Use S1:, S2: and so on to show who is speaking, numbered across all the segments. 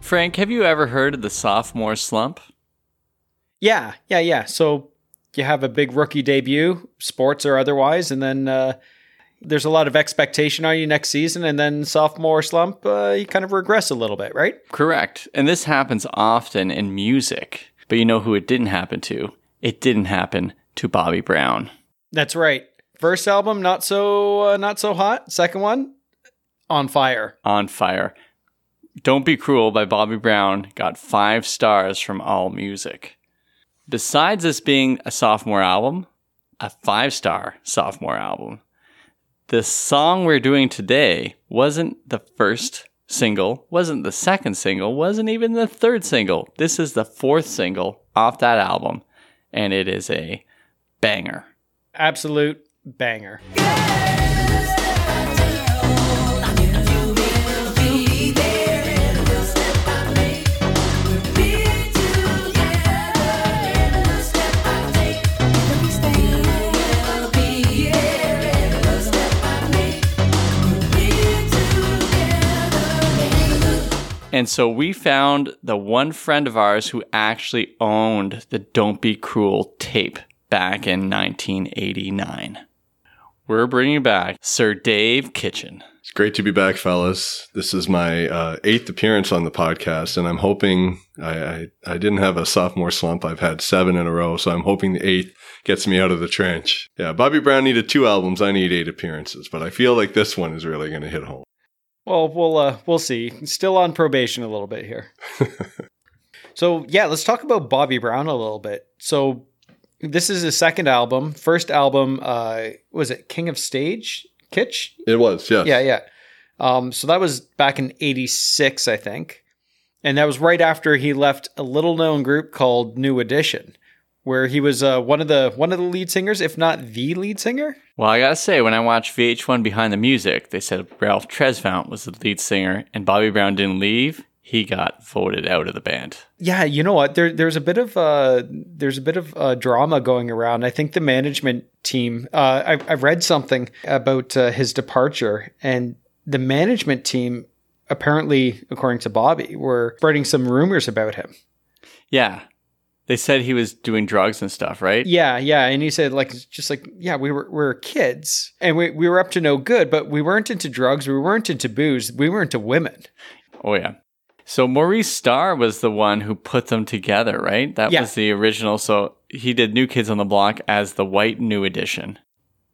S1: Frank, have you ever heard of the sophomore slump?
S2: Yeah, yeah, yeah. So you have a big rookie debut, sports or otherwise, and then uh, there's a lot of expectation on you next season, and then sophomore slump, uh, you kind of regress a little bit, right?
S1: Correct. And this happens often in music. But you know who it didn't happen to? It didn't happen to Bobby Brown.
S2: That's right. First album, not so uh, not so hot. Second one, on fire.
S1: On Fire. Don't Be Cruel by Bobby Brown got five stars from All Music. Besides this being a sophomore album, a five star sophomore album, the song we're doing today wasn't the first single, wasn't the second single, wasn't even the third single. This is the fourth single off that album, and it is a banger.
S2: Absolute banger.
S1: And so we found the one friend of ours who actually owned the Don't Be Cruel tape back in 1989. We're bringing back Sir Dave Kitchen.
S3: It's great to be back, fellas. This is my uh, eighth appearance on the podcast, and I'm hoping I, I, I didn't have a sophomore slump. I've had seven in a row, so I'm hoping the eighth gets me out of the trench. Yeah, Bobby Brown needed two albums. I need eight appearances, but I feel like this one is really going to hit home.
S2: Well, we'll uh, we'll see. Still on probation a little bit here. so yeah, let's talk about Bobby Brown a little bit. So this is his second album. First album uh, was it King of Stage? Kitsch?
S3: It was, yes.
S2: Yeah, yeah. Um, so that was back in '86, I think, and that was right after he left a little-known group called New Edition, where he was uh, one of the one of the lead singers, if not the lead singer.
S1: Well, I gotta say, when I watched VH1 Behind the Music, they said Ralph Tresvant was the lead singer, and Bobby Brown didn't leave. He got voted out of the band.
S2: Yeah, you know what? There, there's a bit of uh, there's a bit of uh, drama going around. I think the management team. Uh, I, I read something about uh, his departure, and the management team, apparently, according to Bobby, were spreading some rumors about him.
S1: Yeah, they said he was doing drugs and stuff, right?
S2: Yeah, yeah. And he said, like, it's just like, yeah, we were we were kids, and we we were up to no good, but we weren't into drugs, we weren't into booze, we weren't into women.
S1: Oh yeah. So Maurice Starr was the one who put them together, right? That
S2: Yeah.
S1: was the original. So he did New Kids on the Block as the White New Edition.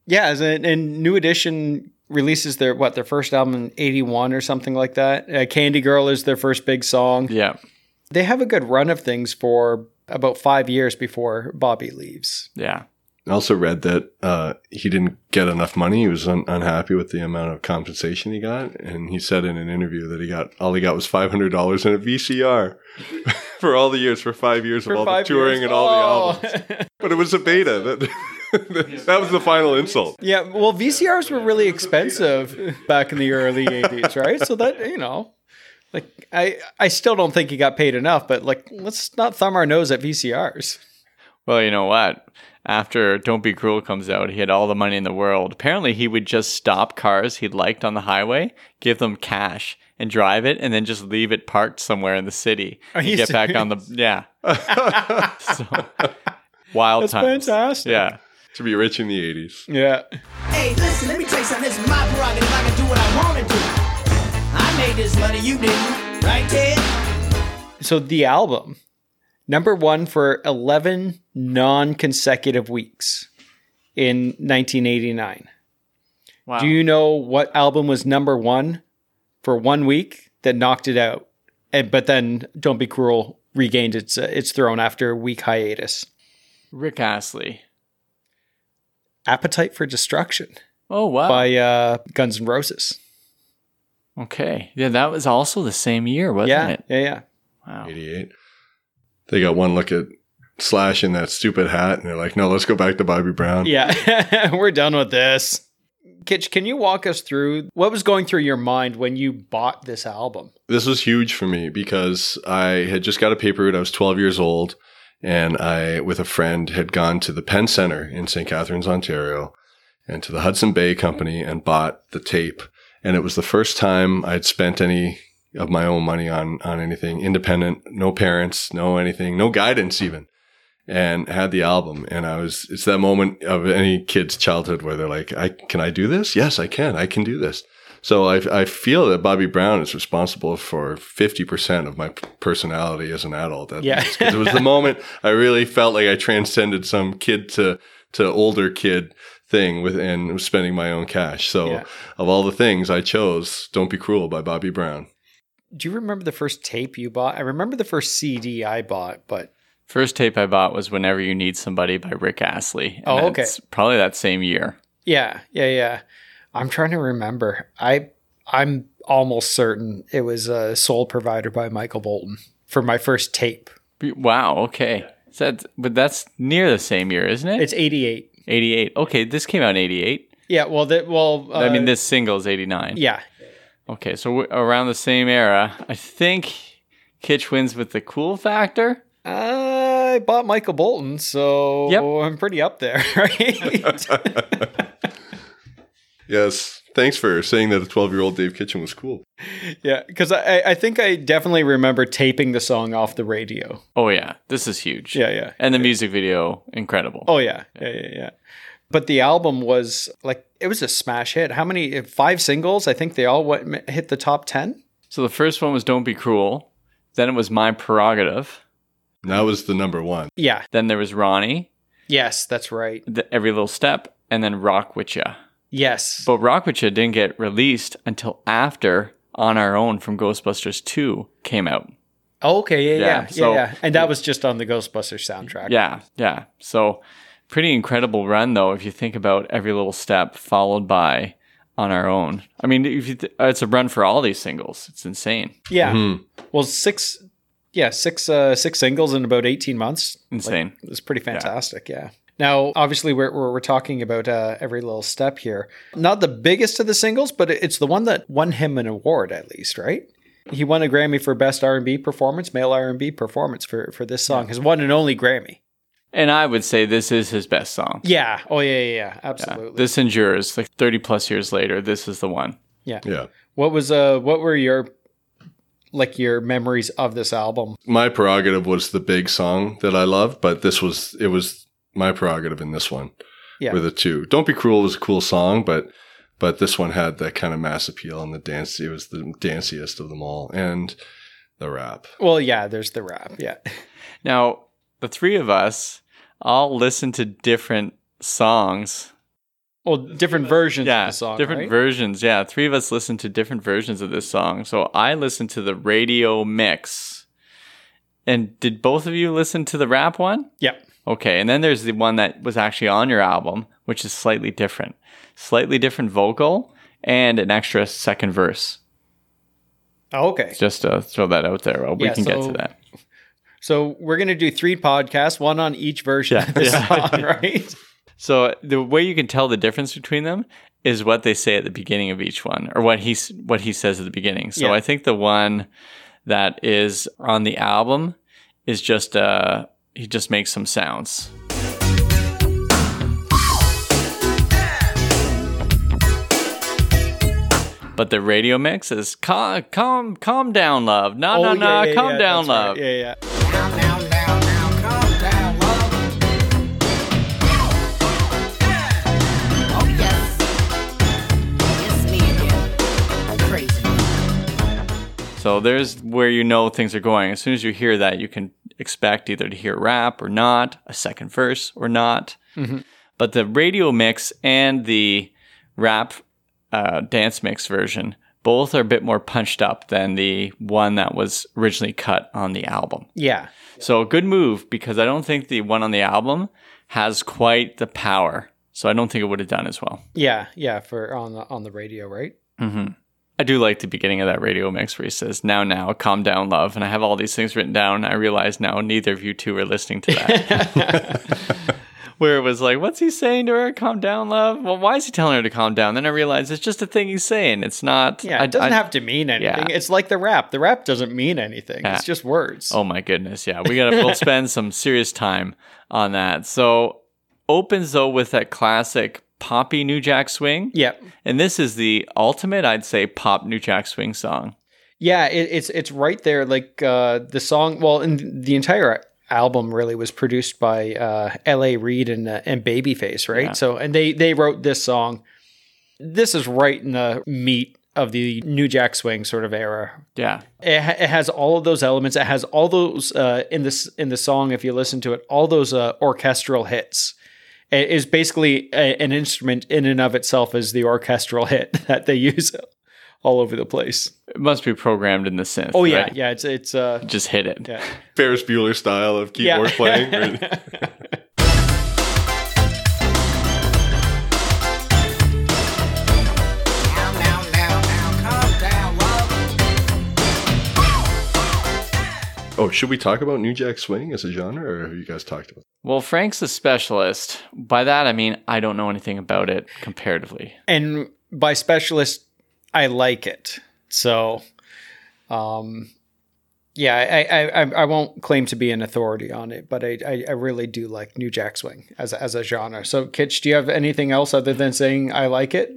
S2: Yeah, as in, and New Edition releases their what their first album in '81 or something like that. Uh, Candy Girl is their first big song.
S1: Yeah,
S2: They have a good run of things for about five years before Bobby leaves.
S1: yeah.
S3: I also read that uh, he didn't get enough money. He was un- unhappy with the amount of compensation he got, and he said in an interview that he got all he got was five hundred dollars in a VCR for all the years for five years Oh. of all the touring and all
S2: Oh.
S3: the albums.
S2: albums.
S3: But it was a beta. That that was the final insult.
S2: yeah, well, VCRs were really expensive back in the early '80s, right? So that you know, like I I still don't think he got paid enough, but like let's not thumb our nose at VCRs.
S1: Well, you know what? After Don't Be Cruel comes out, he had all the money in the world. Apparently, he would just stop cars he liked on the highway, give them cash, and drive it, and then just leave it parked somewhere in the city.
S2: Are
S1: and
S2: you
S1: get back on the yeah. so, wild
S2: That's
S1: times.
S2: fantastic.
S1: Yeah.
S3: To be rich in the eighties.
S2: Yeah.
S4: Hey, listen, let me tell you something. This is my prerogative. I can do what I want to do. I made this money, you didn't. Right, Ted?
S2: So the album, number one for 11 non consecutive weeks in 1989.
S1: Wow.
S2: Do you know what album was number one for one week that knocked it out? And, but then Don't Be Cruel regained its, uh, its throne after a week hiatus.
S1: Rick Astley.
S2: Appetite for Destruction
S1: Oh wow.
S2: by uh, Guns N' Roses.
S1: okay. Yeah, that was also the same year, wasn't
S2: yeah,
S1: it?
S2: yeah, yeah.
S1: Wow.
S3: Eighty eight. They got one look at Slash in that stupid hat, and they're like, "No, let's go back to Bobby Brown."
S2: Yeah, we're done with this. Kitch, can you walk us through what was going through your mind when you bought this album?
S3: this was huge for me because I had just got a paper route. I was 12 years old and I, with a friend, had gone to the Penn Center in St. Catharines, Ontario and to the Hudson Bay Company and bought the tape. And it was the first time I'd spent any of my own money on on anything independent no parents no anything no guidance even and had the album and i was it's that moment of any kid's childhood where they're like i can i do this yes i can i can do this so i, I feel that bobby brown is responsible for 50% of my p- personality as an adult That-
S2: Yeah.
S3: 'cause it was the moment i really felt like i transcended some kid to to older kid thing with and was spending my own cash so
S2: Yeah.
S3: of all the things i chose don't be cruel by bobby brown
S2: Do you remember the first tape you bought? I remember the first CD I bought, but
S1: First tape I bought was Whenever You Need Somebody by Rick Astley. and
S2: Oh, okay.
S1: that's Probably that same year.
S2: yeah, yeah, yeah. I'm trying to remember. I I'm almost certain it was a uh, Soul Provider by Michael Bolton for my first tape.
S1: Be- Wow. Okay. So that's, but that's near the same year, isn't it?
S2: It's 88.
S1: 88. Okay. This came out in 88.
S2: Yeah, well that well uh,
S1: I mean, this single is 89.
S2: yeah.
S1: Okay. So we're around the same era. I think Kitsch wins with the cool factor.
S2: I bought Michael Bolton, so
S1: Yep.
S2: I'm pretty up there, right?
S3: yes thanks for saying that a 12 year old dave kitchen was cool
S2: yeah, because I, I think I definitely remember taping the song off the radio.
S1: Oh, yeah. This is huge.
S2: Yeah, yeah.
S1: And the music video, incredible.
S2: Oh yeah, yeah, yeah, yeah. But the album was like it was a smash hit. How many? Five singles. I think they all went, hit the top ten.
S1: So the first one was Don't Be Cruel. Then it was My Prerogative.
S3: And that was the number one
S2: Yeah.
S1: Then there was Ronnie,
S2: Yes, that's right.
S1: the Every Little Step, and then Rock With Ya.
S2: Yes.
S1: But Rock With Ya didn't get released until after On Our Own from Ghostbusters 2 came out.
S2: Oh, okay. Yeah.
S1: Yeah,
S2: Yeah. Yeah.
S1: so-
S2: yeah. And that was just on the Ghostbusters soundtrack.
S1: Yeah, yeah. So pretty incredible run, though, if you think about Every Little Step followed by On Our Own. I mean, if you th- it's a run for all these singles. It's insane.
S2: Yeah. Well, six. Yeah, six. Uh, six singles in about eighteen months.
S1: Insane.
S2: It was pretty fantastic. Yeah. Now, obviously, we're, we're, we're talking about uh, every little step here. Not the biggest of the singles, but it- it's the one that won him an award, at least, right? He won a Grammy for Best R&B Performance, Male R&B Performance for, for this song. His one and only Grammy.
S1: and I would say this is his best song.
S2: Yeah. Oh, yeah, yeah, yeah. Absolutely.
S1: This endures like 30 plus years later. This is the one.
S3: yeah
S2: what was uh what were your like your memories of this album?
S3: my prerogative was the big song that I loved, but this was it was my prerogative in this one.
S2: Yeah.
S3: With a two. Don't be cruel was a cool song, but but this one had that kind of mass appeal and the dance it was the danciest of them all. And the rap.
S2: Well, yeah, there's the rap. Yeah.
S1: Now, the three of us all listen to different songs.
S2: Well, different versions
S1: Yeah,
S2: of the song.
S1: different
S2: right?
S1: versions. Yeah, three of us listen to different versions of this song. So I listened to the radio mix. And did both of you listen to the rap one?
S2: Yeah.
S1: Okay, and then there's the one that was actually on your album, which is slightly different. Slightly different vocal and an extra second verse.
S2: Oh, okay.
S1: Just to throw that out there. Well, we
S2: Yeah,
S1: can get
S2: so-
S1: to that.
S2: So we're gonna do three podcasts, one on each version
S1: Yeah.
S2: of this
S1: Yeah.
S2: song, right?
S1: So the way you can tell the difference between them is what they say at the beginning of each one, or what he s- what he says at the beginning. So
S2: Yeah.
S1: I think the one that is on the album is just uh he just makes some sounds. But the radio mix is calm, calm, calm down, love.
S2: Oh,
S1: No, no, no, uh, calm down,
S2: that's right.
S1: love.
S2: Yeah, yeah.
S4: Now, now, now, now, calm down, love.
S5: Oh yes, it's me again. Crazy.
S1: So there's where you know things are going. As soon as you hear that, you can expect either to hear rap or not, a second verse or not. But the radio mix and the rap uh, dance mix version both are a bit more punched up than the one that was originally cut on the album.
S2: Yeah.
S1: So a good move because I don't think the one on the album has quite the power. So I don't think it would have done as well.
S2: Yeah. Yeah. For on the on the radio, right?
S1: I do like the beginning of that radio mix where he says, Now, now, calm down, love. And I have all these things written down. I realize now neither of you two are listening to that. where it was like, What's he saying to her? Calm down, love. Well, why is he telling her to calm down? Then I realize it's just a thing he's saying. It's not.
S2: Yeah.
S1: I-
S2: It doesn't
S1: I-
S2: have to mean anything.
S1: Yeah.
S2: It's like the rap. The rap doesn't mean anything.
S1: Yeah.
S2: It's just words.
S1: Oh my goodness, yeah, we gotta we'll spend some serious time on that. So opens though with that classic poppy New Jack Swing,
S2: Yep.
S1: and this is the ultimate, I'd say, pop New Jack Swing song.
S2: Yeah, it, it's it's right there. Like uh, the song, well, and the entire album really was produced by uh, L.A. Reid and uh, and Babyface, right?
S1: Yeah.
S2: So, and they they wrote this song. This is right in the meat of the New Jack Swing sort of era.
S1: Yeah.
S2: It, ha- it has all of those elements. It has all those uh, in this in the song. If you listen to it, all those uh, orchestral hits. It is basically a, an instrument in and of itself as the orchestral hit that they use all over the place.
S1: It must be programmed in the synth.
S2: Oh yeah,
S1: right?
S2: yeah. It's it's uh
S1: Just hit it.
S2: yeah.
S3: Ferris Bueller style of keyboard
S2: Yeah.
S3: playing.
S5: Now, now, now, now, calm down, whoa.
S3: oh, should we talk about New Jack Swing as a genre, or have you guys talked about?
S1: Well, Frank's a specialist. By that, I mean, I don't know anything about it comparatively.
S2: And by specialist, I like it. So, um, yeah, I I, I I won't claim to be an authority on it, but I I, I really do like New Jack Swing as a- as a genre. So, Kitch, do you have anything else other than saying I like it?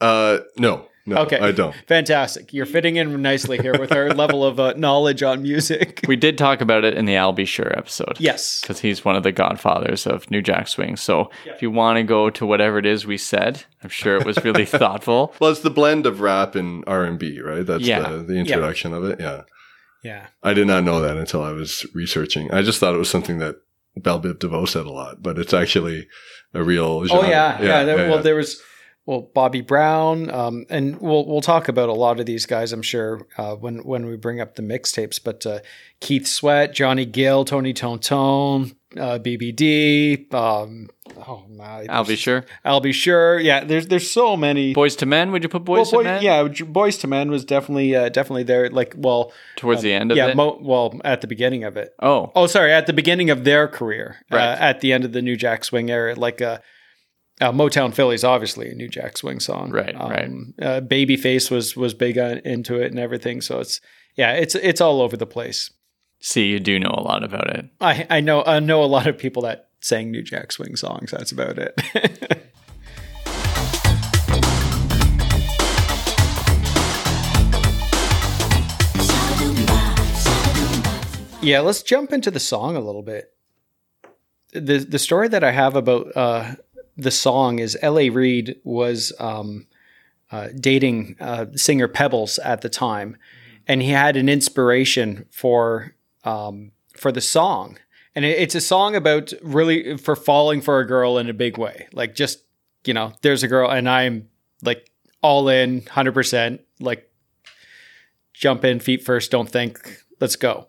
S3: Uh, no, no,
S2: Okay.
S3: I don't.
S2: Fantastic. You're fitting in nicely here with our level of uh, knowledge on music.
S1: We did talk about it in the I'll Be Sure episode.
S2: Yes.
S1: Because he's one of the godfathers of New Jack Swing. So if you want to go to whatever it is we said, I'm sure it was really thoughtful.
S3: Well, it's the blend of rap and R and B, right? That's
S1: Yeah.
S3: the, the introduction of it. Yeah,
S2: Yeah.
S3: I did not know that until I was researching. I just thought it was something that Bell Biv DeVoe said a lot, but it's actually a real.
S2: Oh
S3: Genre.
S2: yeah, yeah. there, well,
S3: yeah.
S2: there was well Bobby Brown, um, and we'll we'll talk about a lot of these guys, I'm sure, uh, when when we bring up the mixtapes. But uh, Keith Sweat, Johnny Gill, Tony Tontone, uh, BBD. Um, oh my,
S1: I'll Be Sure.
S2: I'll be sure. Yeah, there's there's so many.
S1: Boys to Men, would you put Boys
S2: well,
S1: to Men?
S2: yeah, Boys to Men was definitely uh, definitely there. Like, well,
S1: Towards the end of
S2: Um, yeah,
S1: it?
S2: mo- well, at the beginning of it.
S1: oh,
S2: Oh, sorry, at the beginning of their career,
S1: Right.
S2: uh, at the end of the New Jack Swing era, like uh, uh, Motown Phillies, obviously a New Jack Swing song,
S1: Right,
S2: right. Uh, Babyface was was big on, into it and everything, so it's yeah, it's it's all over the place.
S1: see, you do know a lot about it.
S2: I I know I know a lot of people that sang New Jack Swing songs. That's about it. Yeah, let's jump into the song a little bit. The the story that I have about uh, the song is L.A. Reid was um, uh, dating uh, singer Pebbles at the time, and he had an inspiration for um, for the song, and it, it's a song about really for falling for a girl in a big way, like just you know, there's a girl, and I'm like all in, hundred percent, like jump in feet first, don't think, let's go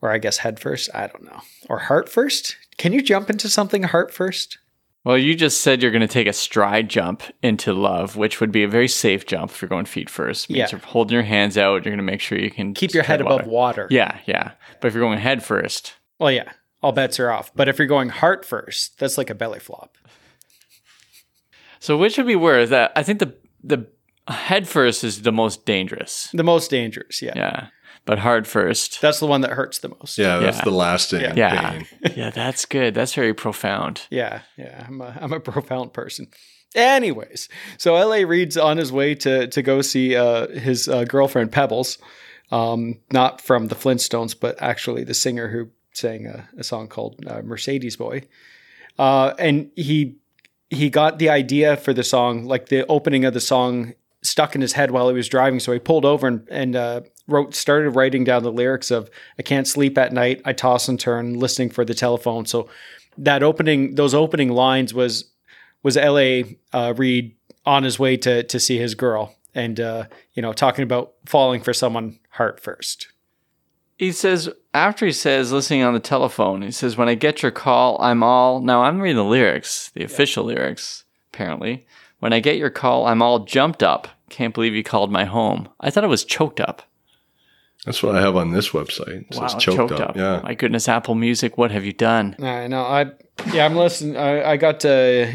S2: or I guess head first. I don't know. Or heart first? Can you jump into something heart first?
S1: Well, you just said you're going to take a stride jump into love, which would be a very safe jump if you're going feet first. It means
S2: Yeah.
S1: you're holding your hands out. You're going to make sure you can
S2: Keep your
S1: tread
S2: head
S1: water.
S2: above water.
S1: Yeah, yeah. But if you're going head first,
S2: Well, yeah, all bets are off. But if you're going heart first, that's like a belly flop.
S1: so which would be worse? That I think the the head first is the most dangerous.
S2: The most dangerous. Yeah.
S1: Yeah, but hard first.
S2: That's the one that hurts the most.
S3: yeah, that's
S1: yeah.
S3: the lasting.
S2: Yeah.
S1: yeah,
S3: Pain.
S1: yeah. That's good. That's very profound.
S2: Yeah. Yeah. I'm a, I'm a profound person. Anyways, so L.A. Reid's on his way to, to go see uh, his uh, girlfriend Pebbles, um, not from the Flintstones, but actually the singer who sang a, a song called uh, Mercedes Boy. Uh, and he he got the idea for the song, like the opening of the song, stuck in his head while he was driving. So he pulled over and, and uh, wrote, started writing down the lyrics of "I can't sleep at night, I toss and turn, listening for the telephone." So that opening, those opening lines was was L.A. Uh, Reid on his way to to see his girl, and uh, you know, talking about falling for someone heart first.
S1: He says after he says listening on the telephone. He says when I get your call, I'm all. Now I'm reading the lyrics, the official lyrics apparently. When I get your call, I'm all jumped up. Can't believe you called my home. I thought I was choked up.
S3: That's what I have on this website. It says choked, up. Yeah.
S1: My goodness, Apple Music, what have you done?
S2: I know. I yeah, I'm listening. I, I got uh,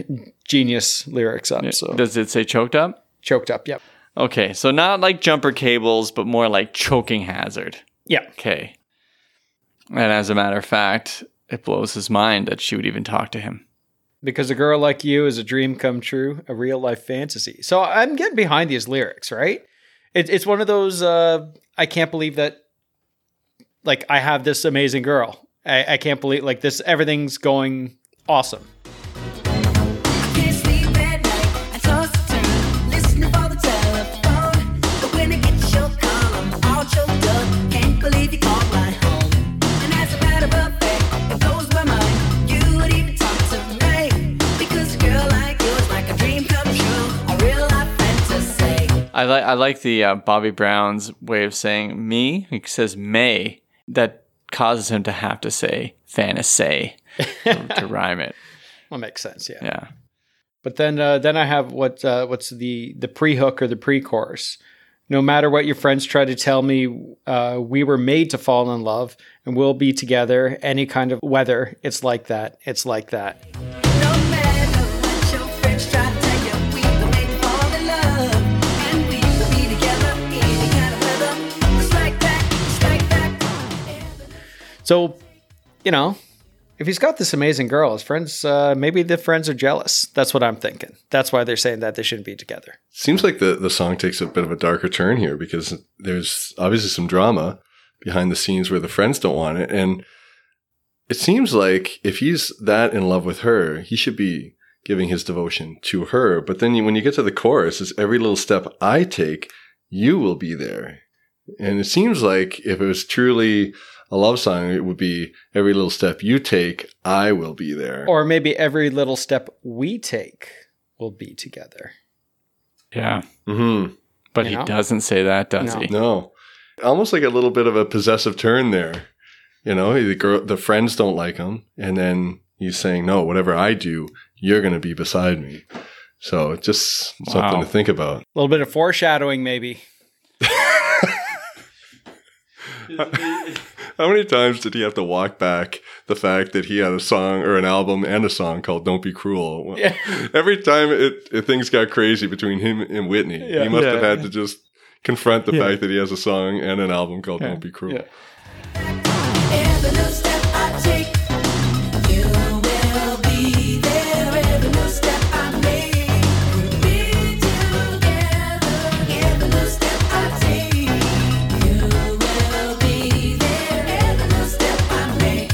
S2: genius lyrics up, so
S1: Does it say choked up?
S2: choked up. Yep.
S1: Okay, so not like jumper cables, but more like choking hazard.
S2: Yeah.
S1: Okay. And as a matter of fact, it blows his mind that she would even talk to him.
S2: because a girl like you is a dream come true, a real life fantasy. So I'm getting behind these lyrics, right? It, it's one of those. Uh, I can't believe that. Like I have this amazing girl. I, I can't believe like this. Everything's going awesome.
S5: Can't sleep at night. I toss and turn, listening for the telephone. But when I get your call, I'm all choked up. Can't believe you called my home. And as a matter of fact, it blows my mind. You would even talk to me because a girl like you is like a dream come true, a real life fantasy.
S1: I like I like the uh, Bobby Brown's way of saying me. He says may. That causes him to have to say fantasy to, to rhyme it.
S2: That makes sense. Yeah.
S1: Yeah.
S2: But then uh, then I have what uh, what's the the pre hook or the pre chorus. No matter what your friends try to tell me, uh, we were made to fall in love and we'll be together any kind of weather. It's like that. It's like that.
S5: No matter what your friends try to tell you, we were made to fall in love, and we will be together any kind of weather. It's like that. It's like that.
S2: So, you know, if he's got this amazing girl, his friends uh, maybe the friends are jealous. That's what I'm thinking. That's why they're saying that they shouldn't be together.
S3: Seems like the, the song takes a bit of a darker turn here because there's obviously some drama behind the scenes where the friends don't want it. And it seems like if he's that in love with her, he should be giving his devotion to her. But then you, when you get to the chorus, it's every little step I take, you will be there. And it seems like if it was truly a love song, it would be every little step you take, I will be there.
S2: Or maybe every little step we take will be together.
S1: Yeah.
S3: hmm
S1: But
S2: You
S1: he
S2: know?
S1: doesn't say that, does
S2: No.
S1: he?
S3: No, almost like a little bit of a possessive turn there. You know, the girl, the friends don't like him, and then he's saying, "No, whatever I do, you're going to be beside me." So just something
S1: Wow.
S3: to think about.
S2: A little bit of foreshadowing, maybe.
S3: How many times did he have to walk back the fact that he had a song or an album and a song called "Don't Be Cruel"? Well, Every time it, it things got crazy between him and Whitney, he must have had to just confront the fact that he has a song and an album called "Don't Be Cruel."
S5: Every little step I take, you will be there. Every little step I make, we'll be together. Every little step I take, you will be there. Every little step I make.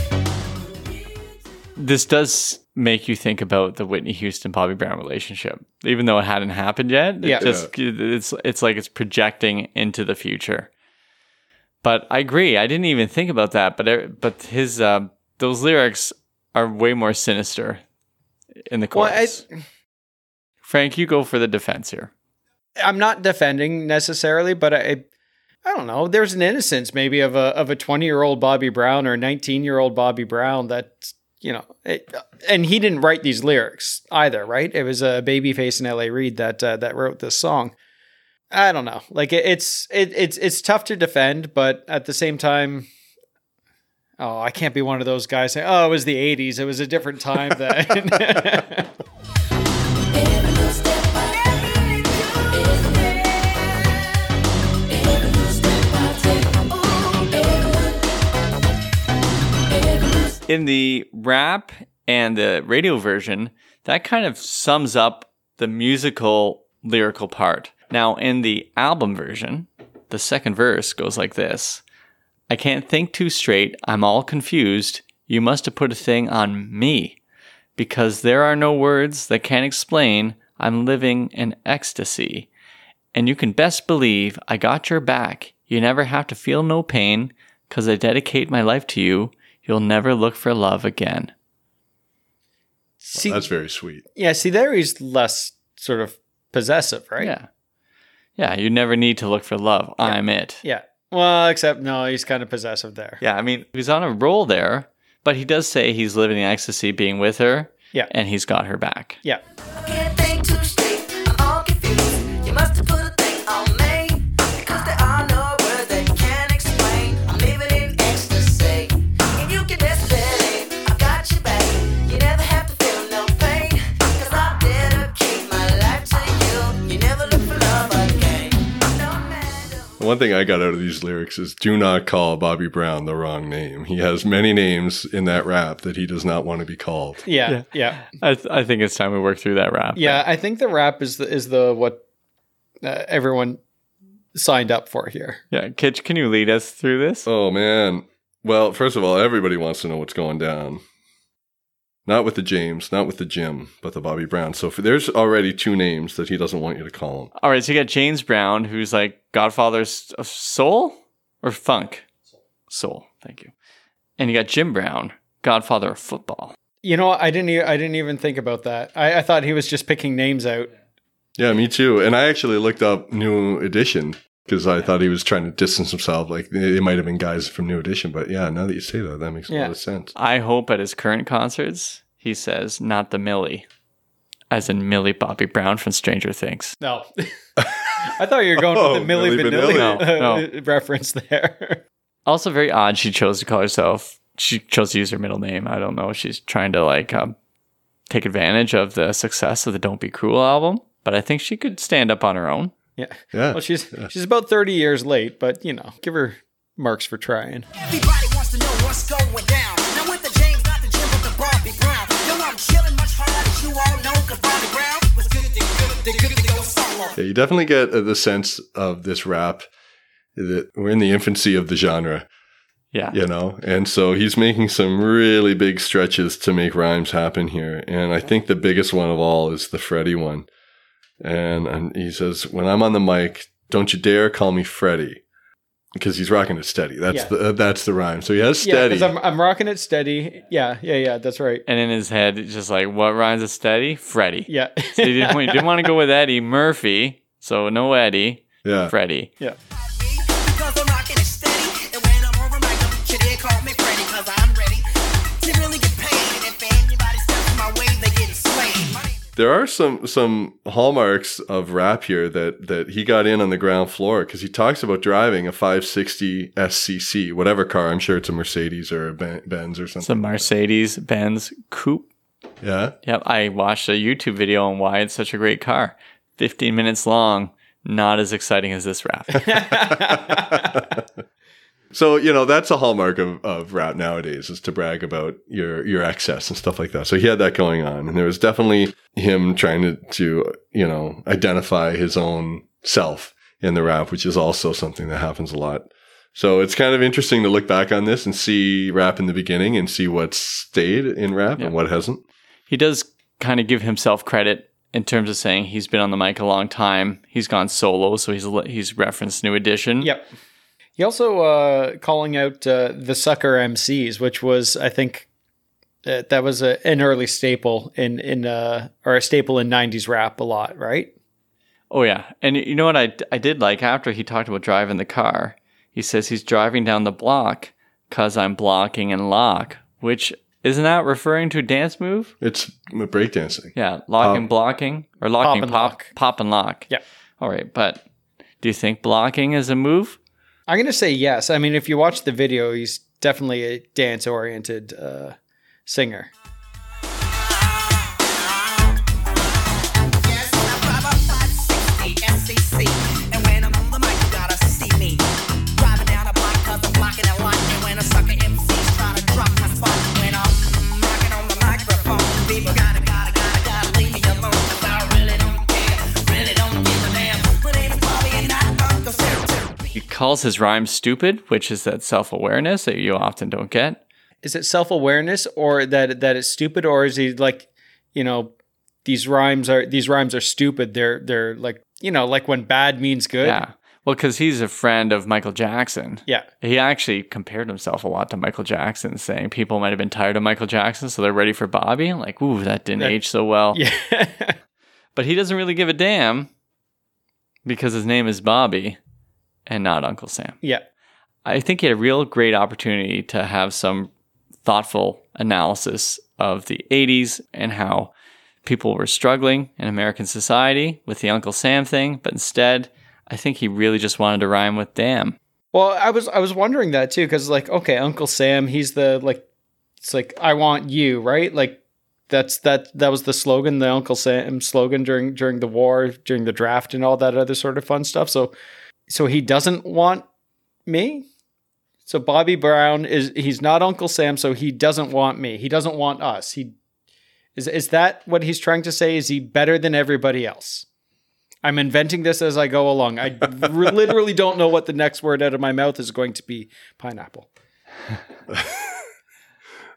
S1: This does make you think about the Whitney Houston Bobby Brown relationship, even though it hadn't happened yet. It
S2: Yeah.
S1: just it's it's like it's projecting into the future. But I agree. I didn't even think about that. But I- but his uh, those lyrics are way more sinister in the
S2: Well, I-
S1: chorus. Frank, you go for the defense here.
S2: I'm not defending necessarily, but I, I don't know. There's an innocence maybe of a of a 20 year old Bobby Brown or 19 year old Bobby Brown that you know, it, and he didn't write these lyrics either, right? It was a babyface in L.A. Reid that uh, that wrote this song. I don't know. Like it, it's it, it's it's tough to defend, but at the same time. Oh, I can't be one of those guys saying, "Oh, it was the '80s. It was a different time then."
S5: Every little step I take, is there. Every little step I take, ooh, every every little step.
S1: in the rap and the radio version, that kind of sums up the musical lyrical part. Now, in the album version, the second verse goes like this I can't think too straight. I'm all confused. You must have put a thing on me because there are no words that can explain. I'm living in ecstasy. And you can best believe I got your back. You never have to feel no pain because I dedicate my life to you. You'll never look for love again.
S2: See,
S3: That's very sweet.
S2: yeah, see, there he's less sort of possessive, right?
S1: Yeah. Yeah, you never need to look for love. I'm it.
S2: Yeah. Well, except no, he's kind of possessive there.
S1: Yeah, I mean, he's on a roll there, but he does say he's living in ecstasy being with her
S2: Yeah.
S1: and he's got her back.
S2: Yeah.
S5: Can't think too straight. I'm all confused. You must have put a thing on me because there are no words that can explain. I'm living in ecstasy, and you can just believe I got you, babe. You never have to feel no pain because I dedicate my life to you. You never look for love again. No matter.
S3: One thing I got out of these lyrics is do not call Bobby Brown the wrong name. He has many names in that rap that he does not want to be called.
S2: Yeah. Yeah. Yeah.
S1: I, th- I think it's time we work through that rap.
S2: I think the rap is the is the what uh, everyone signed up for here.
S1: Yeah, Kitch, can you lead us through this?
S3: Oh man. Well, first of all, everybody wants to know what's going down. Not with the James, not with the Jim, but the Bobby Brown. So if there's already two names that he doesn't want you to call him.
S1: All right, so you got James Brown, who's like Godfather's of soul or funk? Soul. Thank you. And you got Jim Brown, Godfather of football.
S2: You know, I didn't. E- I didn't even think about that. I, I thought he was just picking names out.
S3: Yeah, me too. And I actually looked up New Edition because I thought he was trying to distance himself. Like it might have been guys from New Edition, but yeah, now that you say that, that makes a
S2: Yeah.
S3: lot of sense.
S1: I hope at his current concerts, he says, not the Millie, as in Millie Bobby Brown from Stranger Things.
S2: No, I thought you were going
S3: Oh,
S2: with the Millie
S3: Milli
S2: Vanilli
S1: Vanilli. No,
S2: uh, reference there.
S1: Also, very odd she chose to call herself, she chose to use her middle name. I don't know. She's trying to like um, take advantage of the success of the Don't Be Cruel album, but I think she could stand up on her own.
S2: yeah.
S3: Yeah.
S2: Well, she's she's about thirty years late, but you know, give her marks for trying.
S5: Everybody wants to know what's going down. Now with the James, not the Jim, but the Bobby Brown. Yo, I'm chilling much harder than you all know, cause Bobby Brown was good, to good, to good to go solo.
S3: Yeah, you definitely get uh, the sense of this rap that we're in the infancy of the genre,
S1: Yeah.
S3: you know? And so he's making some really big stretches to make rhymes happen here. And I think the biggest one of all is the Freddy one. And, and he says, When I'm on the mic, don't you dare call me Freddy. Because he's rocking it steady. That's
S2: Yeah.
S3: the uh, that's the rhyme. So he has
S2: Yeah,
S3: steady.
S2: because I'm I'm rocking it steady. Yeah, yeah, yeah. That's right.
S1: And in his head, it's just like, what rhymes with steady? Freddy.
S2: Yeah,
S1: So he didn't, he didn't want to go with Eddie Murphy, so no Eddie,
S3: yeah.
S1: Freddie.
S2: yeah.
S5: Because I'm rocking it steady. And when I'm over my gum, shit, they call me Freddy, cause I'm ready to really get paid. And if anybody steps my way, they get slayed. My name is-
S3: there are some some hallmarks of rap here that that he got in on the ground floor because he talks about driving a 560 SCC, whatever car. I'm sure it's a Mercedes or a Ben- Benz or
S1: It's the
S3: something.
S1: Mercedes Benz Coupe.
S3: yeah,
S1: Yep, I watched a YouTube video on why it's such a great car. 15 minutes long, not as exciting as this rap.
S3: So you know that's a hallmark of, of rap nowadays is to brag about your your excess and stuff like that. So he had that going on, and there was definitely him trying to to you know identify his own self in the rap, which is also something that happens a lot. So it's kind of interesting to look back on this and see rap in the beginning and see what's stayed in rap and what hasn't.
S1: he does kind of give himself credit in terms of saying he's been on the mic a long time. He's gone solo, so he's he's referenced New Edition.
S2: Yep. He also uh, calling out uh, the sucker MCs, which was, I think, uh, that was a, an early staple in in uh, or a staple in '90s rap a lot, right?
S1: Oh yeah, and you know what I, I did like after he talked about driving the car. He says he's driving down the block because I'm blocking and lock, which isn't that referring to a dance move?
S3: It's breakdancing.
S1: Yeah, lock and blocking or locking
S2: and
S1: pop
S2: lock.
S1: pop and lock.
S2: Yep.
S1: All right, but do you think blocking is a move?
S2: I'm gonna say yes. I mean, if you watch the video, he's definitely a dance oriented uh, singer.
S5: Yes, I'm five up, 560 SCC. And when I'm on the mic, you gotta see me. Driving down a block, cause I'm blocking a lot. And when a sucker MC's trying to drop my spot, when I'm knocking on the microphone, people gotta, gotta, gotta, gotta leave me alone. 'Cause I really don't care, really don't give a damn. My name is Bobby and I'm Uncle Sam.
S1: He calls his rhyme stupid, which is that self awareness that you often don't get.
S2: Is it self awareness or that that it's stupid, or is he like, you know, these rhymes are these rhymes are stupid? They're they're like you know like when bad means good.
S1: Yeah. Well, because he's a friend of Michael Jackson.
S2: Yeah.
S1: He actually compared himself a lot to Michael Jackson, saying people might have been tired of Michael Jackson, so they're ready for Bobby. Like, ooh, that didn't age so well.
S2: Yeah.
S1: But he doesn't really give a damn because his name is Bobby and not Uncle Sam.
S2: yeah.
S1: I think he had a real great opportunity to have some thoughtful analysis of the 80s and how people were struggling in American society with the Uncle Sam thing. But instead, I think he really just wanted to rhyme with damn.
S2: Well, I was I was wondering that too because like okay, Uncle Sam, he's the like it's like I want you, right? Like that's that that was the slogan, the Uncle Sam slogan during during the war, during the draft, and all that other sort of fun stuff. So so he doesn't want me. So Bobby Brown is he's not Uncle Sam, so he doesn't want me. He doesn't want us. He is is that what he's trying to say? Is he better than everybody else? I'm inventing this as I go along. I r- literally don't know what the next word out of my mouth is going to be. Pineapple.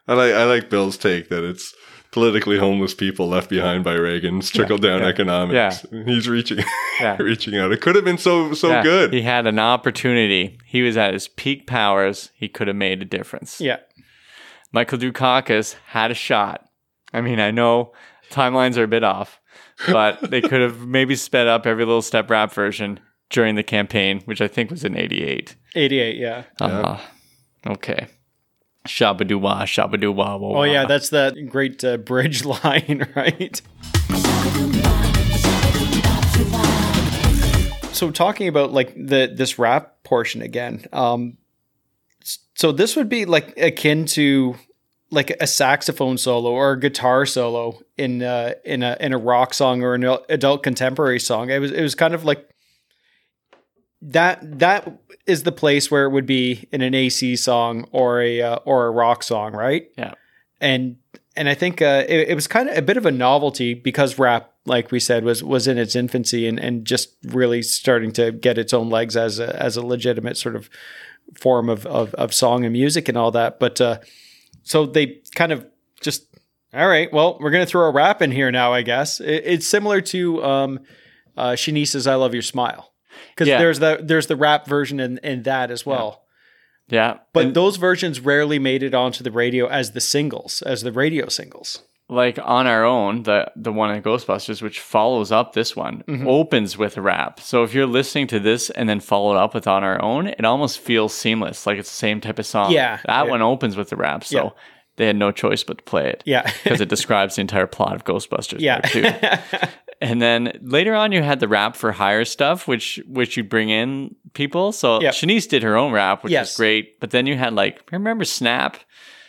S3: I like I like Bill's take that it's politically homeless people left behind by Reagan's trickle down economics. He's reaching
S1: Yeah.
S3: reaching out. It could have been so so
S1: Yeah,
S3: good.
S1: He had an opportunity. He was at his peak powers. He could have made a difference.
S2: Yeah.
S1: Michael Dukakis had a shot. I mean, I know timelines are a bit off, but they could have maybe sped up every little step rap version during the campaign, which I think was in 88.
S2: 88, yeah.
S1: Uh, okay. Shabadoo wah, shabadoo wah, wah.
S2: Oh, yeah, that's that great uh, bridge line, right? So talking about like the this rap portion again. Um s- so this would be like akin to like a saxophone solo or a guitar solo in uh in a in a rock song or an adult contemporary song. It was it was kind of like that that is the place where it would be in an AC song or a uh, or a rock song, right?
S1: Yeah.
S2: And and I think uh, it, it was kind of a bit of a novelty because rap, like we said, was was in its infancy and and just really starting to get its own legs as a as a legitimate sort of form of of, of song and music and all that. But uh, so they kind of just all right. Well, we're gonna throw a rap in here now, I guess. It, it's similar to um, uh, Shanice's "I Love Your Smile." because
S1: Yeah.
S2: there's the there's the rap version in, in that as well.
S1: Yeah.
S2: But those versions rarely made it onto the radio as the singles, as the radio singles.
S1: like on our own, the the one in Ghostbusters, which follows up this one,
S2: Mm-hmm.
S1: opens with a rap. So if you're listening to this and then follow it up with on our own, it almost feels seamless, like it's the same type of song.
S2: Yeah,
S1: that
S2: yeah.
S1: one opens with a rap, so
S2: Yeah.
S1: they had no choice but to play it.
S2: Yeah.
S1: because it describes the entire plot of Ghostbusters.
S2: Yeah.
S1: there, too. and then later on, you had the rap for hire stuff, which which you bring in people. So
S2: Yeah.
S1: Shanice did her own rap, which
S2: Yes.
S1: was great. But then you had like remember Snap.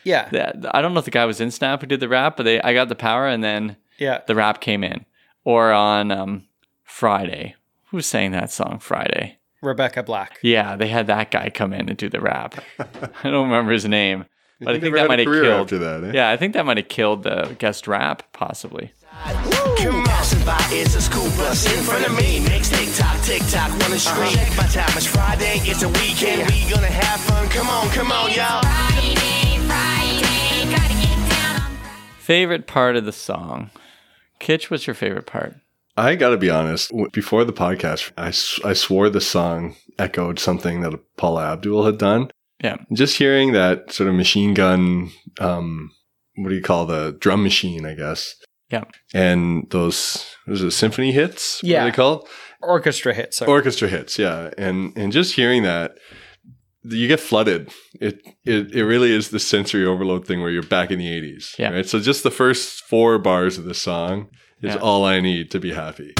S2: Yeah,
S1: That, I don't know if the guy was in Snap who did the rap, but they I got the power and then
S2: yeah.
S1: the rap came in. Or on um, Friday. Who sang that song Friday?
S2: Rebecca Black.
S1: Yeah, they had that guy come in and do the rap. I don't remember his name. But I
S3: He
S1: think
S3: never
S1: that
S3: had a
S1: might have
S3: career
S1: killed.
S3: after that. eh?
S1: Yeah, I think that might have killed the guest rap, possibly.
S4: Come passing by, it's a school bus in front of me. Makes tick tock, tick tock, wanna scream. Check my time, it's Friday, it's a weekend. We gonna have fun. Come on, come on, y'all.
S6: Friday, Friday, gotta get down on
S1: Favorite part of the song. Kitch, what's your favorite part?
S3: I got to be honest. w- Before the podcast, I, s- I swore the song echoed something that Paula Abdul had done.
S1: Yeah.
S3: Just hearing that sort of machine gun, um, what do you call the drum machine? I guess.
S1: Yeah.
S3: And those was it symphony hits? What
S2: Yeah.
S3: are they called?
S2: Orchestra hit. So
S3: orchestra hits yeah and and just hearing that you get flooded it it, it really is the sensory overload thing where you're back in the 80s
S1: Yeah.
S3: right so just the first four bars of the song is
S1: Yeah.
S3: all i need to be happy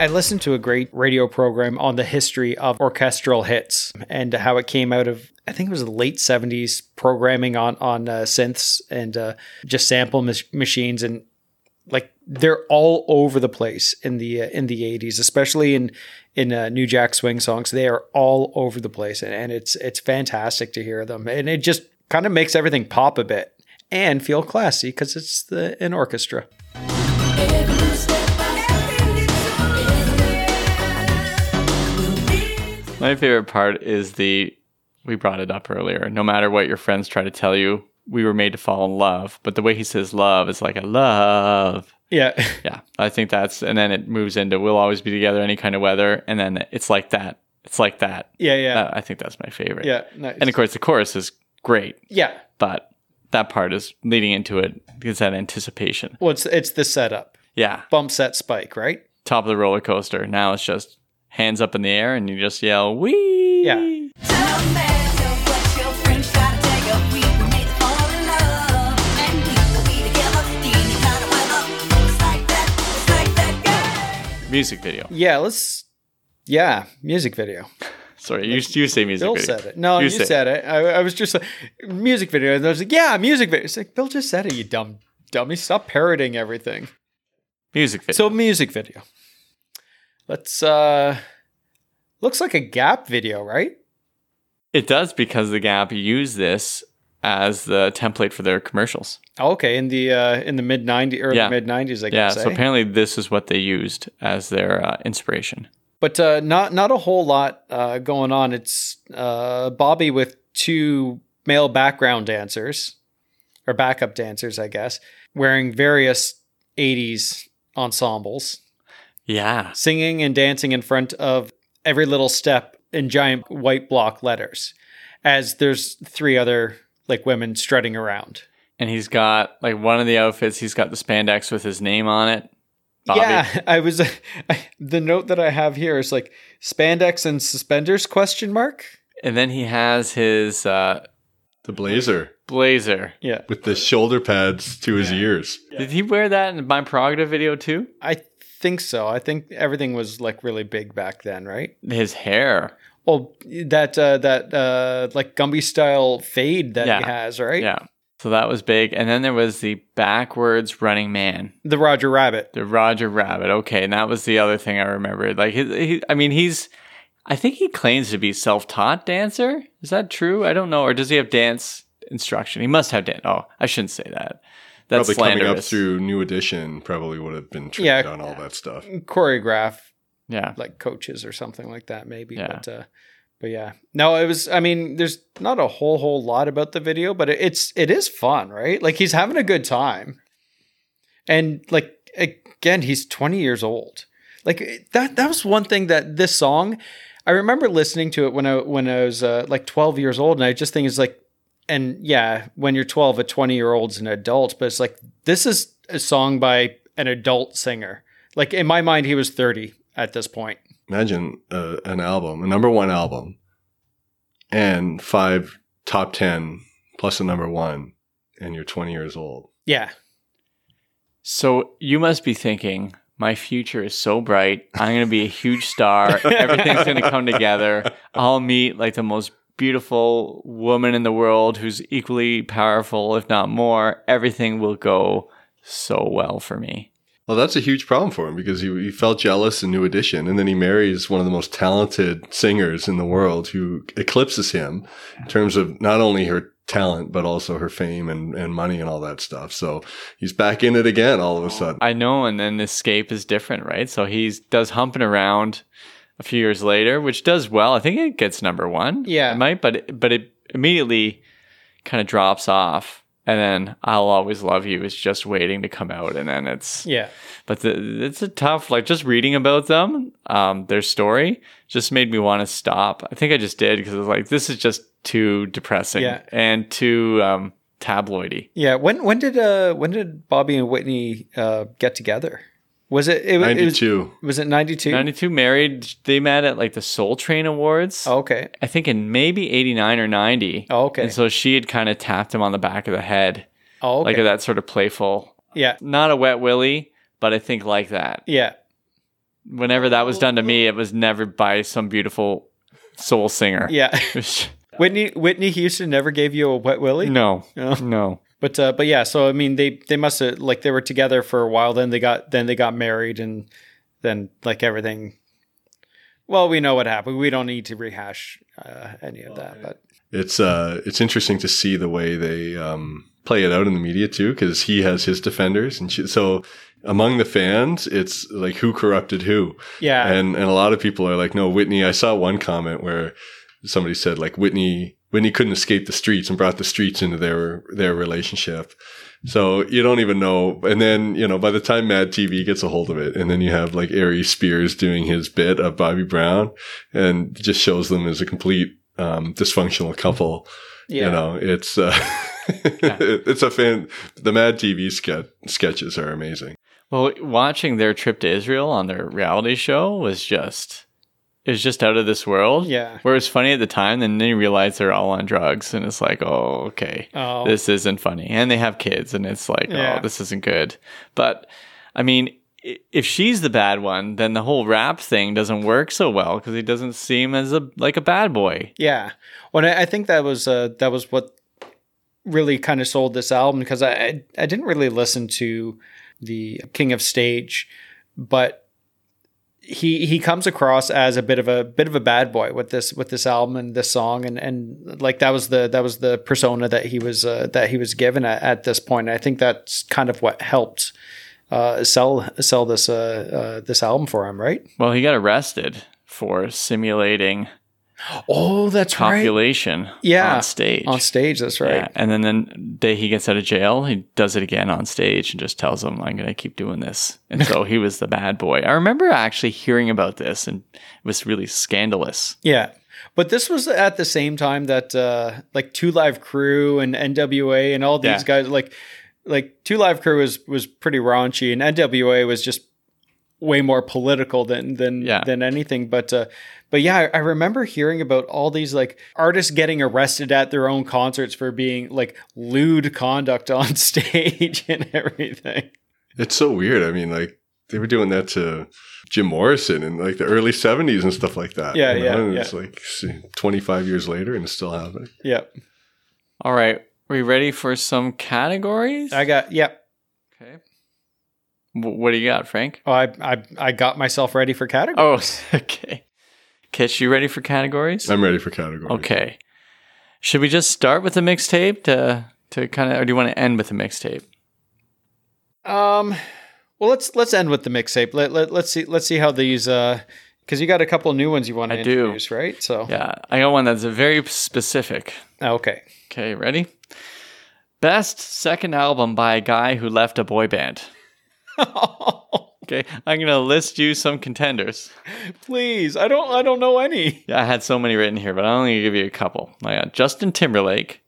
S2: I listened to a great radio program on the history of orchestral hits and how it came out of I think it was the late 70s programming on on uh, synths and uh, just sample mach- machines and like they're all over the place in the uh, in the 80s especially in in uh, new jack swing songs they are all over the place and, and it's it's fantastic to hear them and it just kind of makes everything pop a bit and feel classy because it's the an orchestra
S5: Every step I take is there.
S1: My favorite part is the we brought it up earlier. No matter what your friends try to tell you, we were made to fall in love. But the way he says love is like a love.
S2: yeah
S1: Yeah, I think that's and then it moves into we'll always be together any kind of weather, and then it's like that. It's like that.
S2: yeah yeah
S1: Uh, I think that's my favorite.
S2: yeah nice.
S1: and of course the chorus is great,
S2: yeah
S1: but that part is leading into it is that anticipation.
S2: Well, it's it's the setup.
S1: Yeah,
S2: Bump set spike, right?
S1: top of the roller coaster. Now it's just hands up in the air, and you just yell wee.
S2: Yeah.
S5: Tell me what your friends try to tell you. We were made to fall in love, and we will be together any kind of weather. It's like that. It's like that, girl.
S1: Music video.
S2: Yeah, let's. Yeah, music video.
S1: Sorry, you you say music
S2: Bill
S1: video.
S2: said it. No, you,
S1: say
S2: said it. I, I was just like, music video. And I was like, yeah, music video. It's like, Bill just said it, you dumb dummy. Stop parroting everything.
S1: Music video.
S2: So, music video. Let's, uh, looks like a Gap video, right?
S1: It does because the Gap used this as the template for their commercials.
S2: Oh, okay, in the uh, in the mid '90s, early
S1: Yeah.
S2: mid '90s, I
S1: Yeah,
S2: guess. eh?
S1: so apparently this is what they used as their uh, inspiration.
S2: but uh, not not a whole lot uh, going on. It's uh, Bobby with two male background dancers or backup dancers, I guess, wearing various '80s ensembles,
S1: Yeah.
S2: singing and dancing in front of every little step in giant white block letters, as there's three other like women strutting around.
S1: And he's got like one of the outfits, he's got the spandex with his name on it. Bobby.
S2: Yeah, I was. the note that I have here is like spandex and suspenders question mark.
S1: And then he has his uh,
S3: The blazer
S1: blazer.
S2: Yeah,
S3: with the shoulder pads to his ears.
S1: Did he wear that in my prerogative video too?
S2: I think so. I think everything was like really big back then, right?
S1: His hair.
S2: Well, that uh, that uh, like Gumby style fade that he
S1: Yeah.
S2: has, right?
S1: Yeah. So that was big. And then there was the backwards running man,
S2: The Roger Rabbit.
S1: the Roger Rabbit. Okay. And that was the other thing I remembered. Like, he, he, I mean, he's, I think he claims to be self taught dancer. Is that true? I don't know. Or does he have dance instruction? He must have dance. Oh, I shouldn't say that. That's
S3: Probably coming up
S1: slanderous.
S3: through New Edition, probably would have been trained
S2: Yeah.
S3: on all that stuff.
S2: Choreograph
S1: Yeah.
S2: like coaches or something like that, maybe.
S1: Yeah.
S2: But uh, but yeah, no, it was. I mean, there's not a whole whole lot about the video, but it, it's it is fun, right? Like he's having a good time, and like again, he's 20 years old. Like it- that that was one thing that this song. I remember listening to it when I when I was uh, like 12 years old, and I just think it's like, and yeah, when you're 12, a 20 year old's an adult, but it's like this is a song by an adult singer. Like in my mind, he was 30 at this point.
S3: Imagine uh, an album, a number one album, and five top 10 plus a number one, and you're 20 years old.
S2: Yeah.
S1: So you must be thinking, my future is so bright. I'm going to be a huge star. Everything's going to come together. I'll meet like the most beautiful woman in the world who's equally powerful, if not more. Everything will go so well for me.
S3: Well, that's a huge problem for him because he, he felt jealous in New Edition, and then he marries one of the most talented singers in the world who eclipses him in terms of not only her talent but also her fame and, and money and all that stuff. So he's back in it again all of a sudden.
S1: I know. And then the scape is different, right? So he does humping around a few years later, which does well. I think it gets number one.
S2: Yeah.
S1: It might, but it, but it immediately kind of drops off. And then I'll always love you is just waiting to come out. And then it's,
S2: Yeah.
S1: but the, it's a tough, like just reading about them, um, their story just made me want to stop. I think I just did because I was like, this is just too depressing
S2: Yeah.
S1: and too um, tabloidy.
S2: Yeah. When when did uh when did Bobby and Whitney uh get together? Was it it, was- it was
S3: 92.
S2: was it 92?
S1: 92 married, they met at like the Soul Train Awards.
S2: Oh, okay.
S1: I think in maybe 89 or 90.
S2: Oh, okay.
S1: And so she had kind of tapped him on the back of the head,
S2: Oh, okay.
S1: like that sort of playful,
S2: yeah.
S1: not a wet willy, but I think like that.
S2: Yeah.
S1: Whenever that was done to me, it was never by some beautiful soul singer.
S2: Yeah. Whitney Whitney Houston never gave you a wet willy?
S1: no,
S2: No.
S1: no.
S2: But uh but yeah, so I mean they they must have like they were together for a while then they got then they got married and then like everything well, we know what happened. We don't need to rehash uh, any of that, but
S3: it's uh it's interesting to see the way they um play it out in the media too because he has his defenders and she, so among the fans it's like who corrupted who
S2: yeah,
S3: and and a lot of people are like no whitney i saw one comment where somebody said like whitney whitney couldn't escape the streets and brought the streets into their their relationship so you don't even know and then you know by the time mad tv gets a hold of it and then you have like ari spears doing his bit of bobby brown and just shows them as a complete um, dysfunctional couple
S2: yeah.
S3: you know it's uh it's a fan the mad tv sketch sketches are amazing
S1: Well, watching their trip to Israel on their reality show was just, it was just out of this world.
S2: Yeah.
S1: Where it was funny at the time, and then you realize they're all on drugs, and it's like, oh, okay.
S2: Oh.
S1: this isn't funny. And they have kids, and it's like,
S2: Yeah.
S1: oh, this isn't good. But I mean, i- if she's the bad one, then the whole rap thing doesn't work so well because he doesn't seem as a like a bad boy.
S2: Yeah. Well, I I think that was uh, that was what really kind of sold this album because I I- I didn't really listen to the King of Stage, but he he comes across as a bit of a bit of a bad boy with this with this album and this song and and like that was the that was the persona that he was uh, that he was given at, at this point. And I think that's kind of what helped uh, sell sell this uh, uh, this album for him, right?
S1: Well, he got arrested for simulating
S2: Oh, that's
S1: copulation
S2: Yeah,
S1: on stage.
S2: On stage, that's right.
S1: Yeah. And then the day he gets out of jail, he does it again on stage and just tells him, I'm going to keep doing this. And so he was the bad boy. I remember actually hearing about this and it was really scandalous.
S2: Yeah. But this was at the same time that uh like Two Live Crew and NWA and all these
S1: Yeah.
S2: guys like like Two Live Crew was was pretty raunchy and NWA was just way more political than than
S1: Yeah.
S2: than anything but uh but yeah I, I remember hearing about all these like artists getting arrested at their own concerts for being like lewd conduct on stage and everything
S3: It's so weird. I mean, like they were doing that to Jim Morrison in like the early '70s and stuff like that.
S2: Yeah, yeah,
S3: And It's like 25 years later and it's still happening.
S2: yeah
S1: All right. Are you ready for some categories?
S2: i got yeah
S1: okay. W- what do you got, Frank?
S2: oh, I, I i got myself ready for category
S1: Oh, okay. Kish, you ready for categories?
S3: I'm ready for categories.
S1: Okay. Should we just start with the mixtape to to kind of, or do you want to end with the mixtape?
S2: Um, well, let's let's end with the mixtape. Let, let let's see let's see how these uh because you got a couple new ones you want to
S1: I do.
S2: introduce, right? So oh,
S1: Yeah, I got one that's very specific.
S2: okay,
S1: Okay, ready? Best second album by a guy who left a boy band. okay, I'm gonna list you some contenders.
S2: please. I don't I don't know any.
S1: Yeah, I had so many written here, but I'm only gonna give you a couple. I got Justin Timberlake.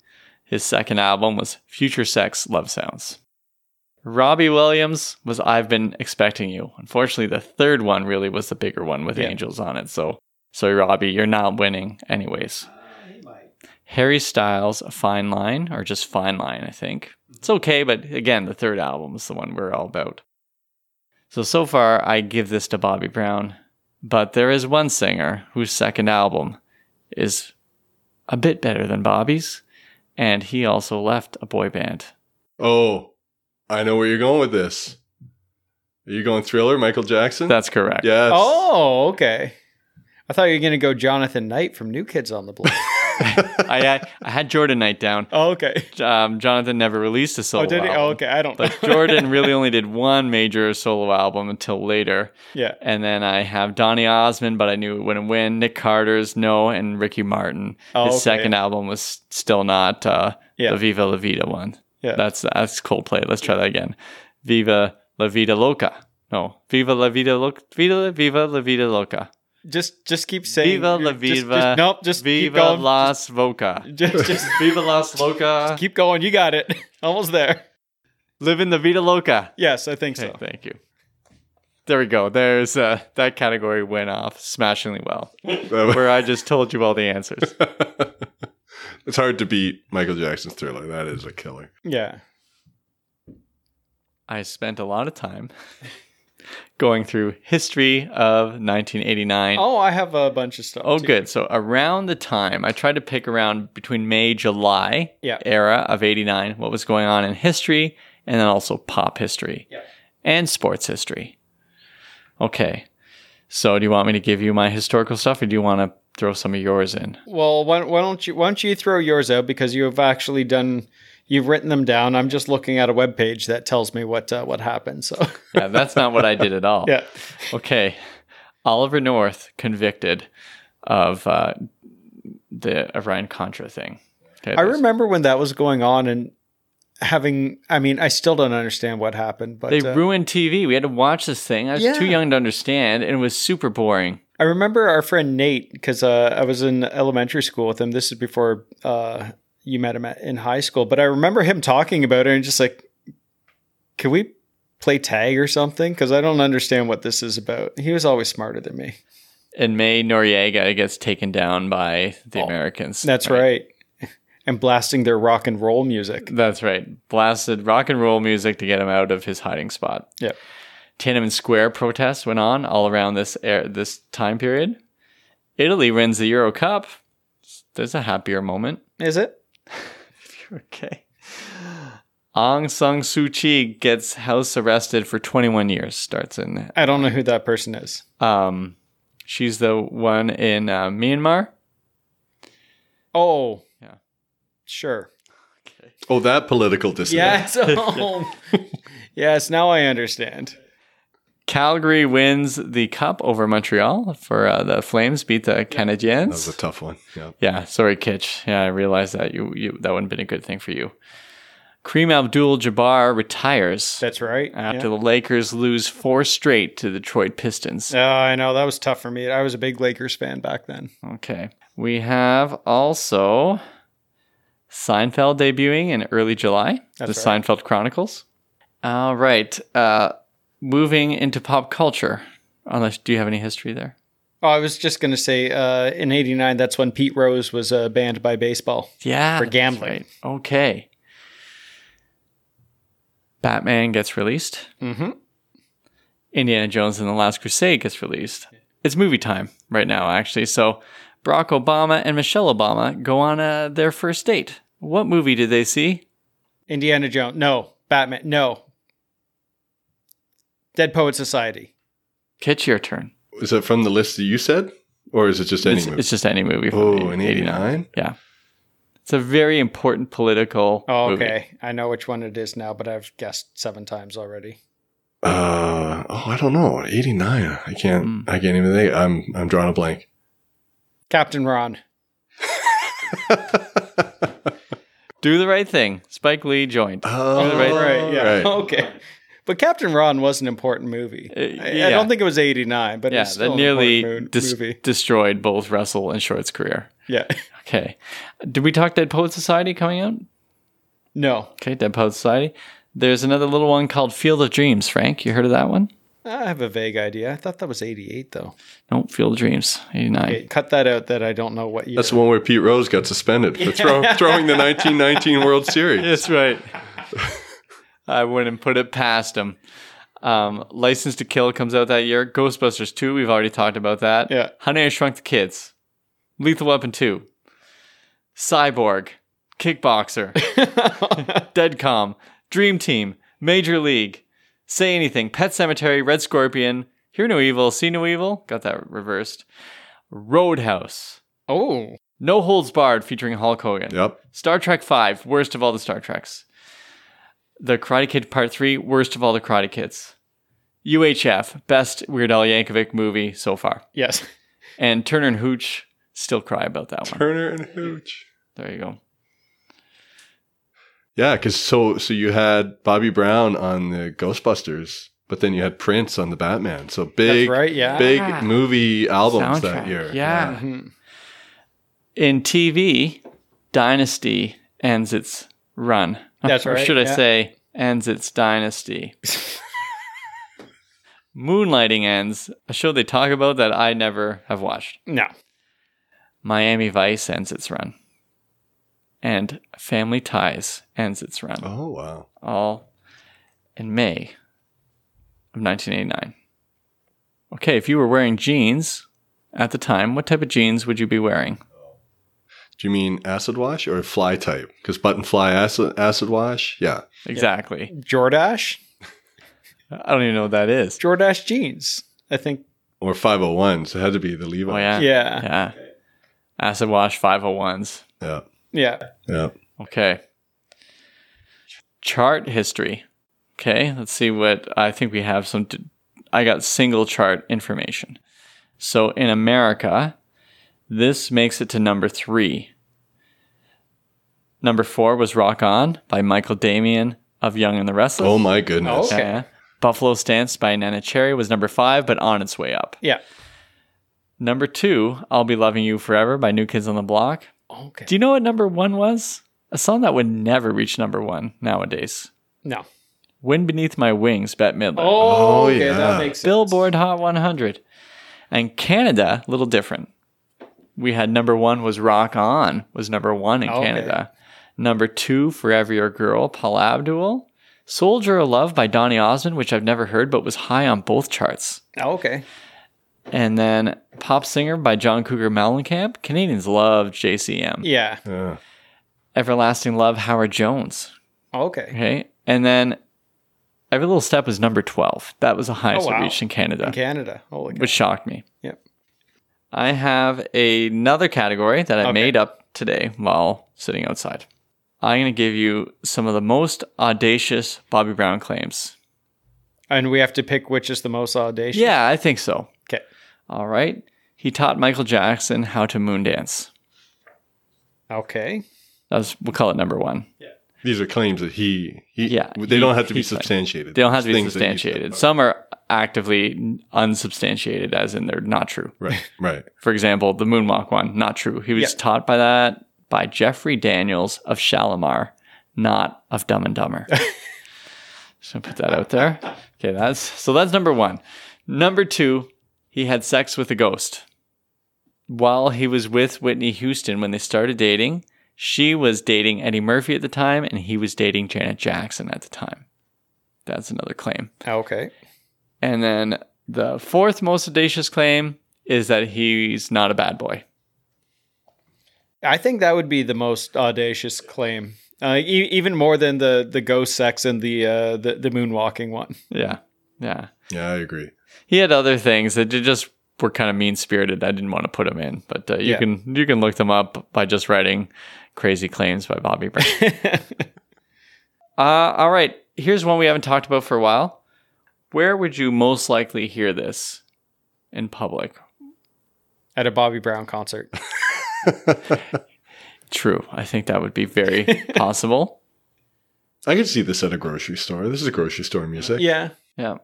S1: His second album was Future Sex Love Sounds. Robbie Williams was I've Been Expecting You. Unfortunately, the third one really was the bigger one with
S2: Yeah.
S1: Angels on it. So sorry, Robbie, you're not winning anyways. Harry Styles, Fine Line, or just Fine Line, I think. It's okay, but again, the third album is the one we're all about. So, so far, I give this to Bobby Brown, but there is one singer whose second album is a bit better than Bobby's, and he also left a boy band.
S3: Oh, I know where you're going with this. Are you going Thriller, Michael Jackson?
S1: That's correct.
S3: yes.
S2: Oh, okay. I thought you were gonna go Jonathan Knight from New Kids on the Block.
S1: I, I, I had Jordan Knight down.
S2: oh, okay.
S1: Um, Jonathan never released a solo
S2: Oh, did he?
S1: album.
S2: Oh, okay. I don't.
S1: But
S2: know.
S1: Jordan really only did one major solo album until later.
S2: yeah.
S1: And then I have Donny Osmond, but I knew it wouldn't win. Nick Carter's No, and Ricky Martin.
S2: Oh,
S1: His
S2: okay.
S1: second album was still not uh,
S2: Yeah.
S1: the Viva La Vida one.
S2: Yeah.
S1: That's that's Coldplay. Let's try that again. Viva La Vida Loca. No, Viva La Vida Loca. Viva, Viva La Vida Loca.
S2: Just just keep saying.
S1: Viva La
S2: just- just-
S1: Viva.
S2: nope. Just keep
S1: Viva
S2: going.
S1: Las Voca.
S2: Just just
S1: Viva Las Loca.
S2: keep going. You got it. Almost there.
S1: Live in the Vida Loca.
S2: Yes, I think
S1: Okay,
S2: so.
S1: thank you. There we go. There's uh, that category went off smashingly well, where I just told you all the answers.
S3: it's hard to beat Michael Jackson's Thriller. That is a killer.
S2: Yeah.
S1: I spent a lot of time going through history of 1989.
S2: Oh, I have a bunch of stuff.
S1: Oh,
S2: too.
S1: good. So around the time, I tried to pick around between May, July
S2: Yeah.
S1: era of 89, what was going on in history, and then also pop history and sports history. Okay. So do you want me to give you my historical stuff or do you want to throw some of yours in?
S2: Well, why, why don't you why don't you throw yours out because you have actually done you've written them down. I'm just looking at a web page that tells me what uh, what happened. So
S1: Yeah, that's not what I did at all.
S2: yeah,
S1: Okay. Oliver North convicted of uh, the Iran Contra thing. Okay,
S2: I
S1: there's-
S2: remember when that was going on and having. I mean, I still don't understand what happened, but
S1: They
S2: uh,
S1: ruined TV. We had to watch this thing. I was
S2: Yeah.
S1: too young to understand, and it was super boring.
S2: I remember our friend Nate because uh, I was in elementary school with him. This is before uh, you met him at, in high school, but I remember him talking about it and just like, can we? play tag or something because i don't understand what this is about he was always smarter than me
S1: In May, Noriega gets taken down by the Americans.
S2: Oh, That's right. And blasting their rock and roll music.
S1: That's right. Blasted rock and roll music to get him out of his hiding spot.
S2: Yep.
S1: Tiananmen Square protests went on all around this air, this time period. Italy wins the Euro Cup. There's a happier moment.
S2: Is it?
S1: Okay. Aung San Suu Kyi gets house arrested for 21 years. Starts in.
S2: I don't know who that person is.
S1: Um, she's the one in uh, Myanmar.
S2: Oh,
S1: Yeah.
S2: sure.
S3: Oh, that political dissident.
S2: Yes. Oh. yes. Now I understand.
S1: Calgary wins the cup over Montreal for uh, the Flames beat the
S3: That was
S1: Canadiens.
S3: a tough one. Yeah.
S1: yeah, sorry, Kitch. Yeah, I realized that you, you that wouldn't have been a good thing for you. Kareem Abdul-Jabbar retires
S2: That's right.
S1: after
S2: Yeah.
S1: the Lakers lose four straight to the Detroit Pistons.
S2: Oh, I know that was tough for me. I was a big Lakers fan back then.
S1: Oh. Okay, we have also Seinfeld debuting in early July.
S2: That's
S1: the Seinfeld Chronicles. All right, uh, moving into pop culture. Unless, do you have any history there?
S2: Oh, I was just going to say uh, in '89, that's when Pete Rose was uh, banned by baseball.
S1: Yeah.
S2: for
S1: that's
S2: gambling.
S1: right. Okay. Batman gets released. Mm-hmm. Indiana Jones and the Last Crusade gets released. It's movie time right now, actually. So Barack Obama and Michelle Obama go on uh, their first date. What movie did they see?
S2: Indiana Jones. No. Batman. No. Dead Poet Society.
S1: Catch your turn.
S3: Is it from the list that you said, or is it just any
S1: it's,
S3: movie?
S1: it's just any movie. From
S3: Oh,
S1: the
S3: in 89?
S1: Yeah. It's a very important political.
S2: Oh,
S1: movie.
S2: okay. I know which one it is now, but I've guessed seven times already.
S3: uh, oh, I don't know. Eighty nine. I can't. I can't even think. I'm. I'm drawing a blank.
S2: Captain Ron.
S1: Do the right thing. Spike Lee joined.
S3: Oh,
S1: right- Uh,
S2: Right. Yeah.
S3: Right.
S2: Okay. But Captain Ron was an important movie. I- I,
S1: yeah.
S2: don't think it was 89, but
S1: yeah,
S2: it's still
S1: that
S2: an
S1: nearly
S2: important mo-
S1: dis-
S2: movie.
S1: destroyed both Russell and Short's career.
S2: Yeah.
S1: Okay. Did we talk Dead Poet Society coming out?
S2: No,
S1: Okay, Dead Poet Society. There's another little one called Field of Dreams, Frank. You heard of that one?
S2: I have a vague idea. I thought that was 88, though.
S1: Nope, Field of Dreams, 89.
S2: Okay, cut that out that I don't know what year.
S3: That's the one where Pete Rose got suspended for throw, throwing the 1919 World Series.
S1: That's right. I wouldn't put it past him. Um, License to Kill comes out that year. Ghostbusters 2, we've already talked about that.
S2: Yeah.
S1: Honey, I Shrunk the Kids. Lethal Weapon 2. Cyborg. Kickboxer. Deadcom. Dream Team. Major League. Say Anything. Pet Cemetery. Red Scorpion. Hear No Evil. See No Evil. Got that reversed. Roadhouse.
S2: oh,
S1: No Holds Barred featuring Hulk Hogan.
S3: Yep.
S1: Star Trek Five, worst of all the Star Treks. The Karate Kid Part Three, worst of all the Karate Kids. UHF, best Weird Al Yankovic movie so far.
S2: yes.
S1: And Turner and Hooch still cry about that one.
S3: Turner and Hooch.
S1: There you go.
S3: Yeah, because so so you had Bobby Brown on the Ghostbusters, but then you had Prince on the Batman. So big,
S2: right, yeah.
S3: big movie albums that
S1: Ah. Soundtrack,
S3: year.
S1: yeah. In TV, Dynasty ends its run.
S2: That's
S1: or
S2: right,
S1: should I
S2: yeah.
S1: say, ends its dynasty. Moonlighting ends, a show they talk about that I never have watched.
S2: No.
S1: Miami Vice ends its run. And Family Ties ends its run.
S3: Oh wow.
S1: All in May of 1989. Okay, if you were wearing jeans at the time, what type of jeans would you be wearing?
S3: Do you mean acid wash or fly type? Because button fly acid acid wash. Yeah.
S1: Exactly.
S2: Jordash?
S1: I don't even know what that is.
S2: Jordash jeans. I think.
S3: Or 501s. It had to be the Levi.
S1: Oh, yeah.
S2: Yeah.
S1: Yeah. Acid Wash 501s.
S3: Yeah.
S2: Yeah.
S3: Yeah.
S1: Okay. Chart history. Okay, let's see what I think we have some. I got single chart information. So in America, this makes it to number three. Number four was Rock On by Michael Damian of Young and the Restless.
S3: Oh my goodness.
S2: Oh. okay.
S1: Yeah. Buffalo Stance by Nana Cherry was number five, but on its way up.
S2: Yeah.
S1: Number two, I'll Be Loving You Forever by New Kids on the Block.
S2: Okay.
S1: Do you know what number one was? A song that would never reach number one nowadays.
S2: No.
S1: Wind Beneath My Wings, Bette Midler.
S2: Oh, okay,
S3: yeah.
S2: that makes sense.
S1: Billboard Hot 100. And Canada, a little different. We had number one was Rock On, was number one in
S2: Okay.
S1: Canada. Number two, Forever Your Girl, Paul Abdul. Soldier of Love by Donny Osmond, which I've never heard but was high on both charts.
S2: Oh, okay.
S1: And then Pop Singer by John Cougar Mellencamp. Canadians love JCM.
S2: Yeah.
S3: Yeah.
S1: Everlasting Love, Howard Jones.
S2: Okay.
S1: Okay. And then every little step was number 12. That was the highest
S2: wow.
S1: I reached in Canada,
S2: In Canada. Holy cow.
S1: which shocked me.
S2: Yep.
S1: I have another category that I made up today while sitting outside. I'm going to give you some of the most audacious Bobby Brown claims.
S2: And we have to pick which is the most audacious.
S1: Yeah, I think so.
S2: Okay.
S1: All right. He taught Michael Jackson how to moon dance.
S2: Okay.
S1: That was, we'll call it number one.
S3: These are claims that he, he
S1: Yeah,
S3: they
S1: he-
S3: don't have to be
S1: he's like-
S3: substantiated.
S1: They don't have to be
S3: Things that he said.
S1: substantiated. Some are actively unsubstantiated, as in they're not true.
S3: Right, right.
S1: For example, the moonwalk one, not true. He was
S2: Yeah.
S1: taught by that by Jeffrey Daniels of Shalimar, not of Dumb and Dumber. so put that out there. Okay, that's so that's number one. Number two, he had sex with a ghost. While he was with Whitney Houston when they started dating, she was dating Eddie Murphy at the time, and he was dating Janet Jackson at the time. That's another claim.
S2: Okay.
S1: And then the fourth most audacious claim is that he's not a bad boy.
S2: I think that would be the most audacious claim. Uh, e- even more than the the ghost sex and the uh, the, the moonwalking one.
S1: Yeah. Yeah.
S3: Yeah, I agree.
S1: He had other things that ju- just were kind of mean spirited. I didn't want to put him in, but uh, you
S2: Yeah.
S1: can you can look them up by just writing "crazy claims" by Bobby Brown. uh, all right, here's one we haven't talked about for a while. Where would you most likely hear this in public?
S2: At a Bobby Brown concert.
S1: True, I think that would be very possible.
S3: I could see this at a grocery store. This is grocery store music.
S2: yeah.
S1: Yeah.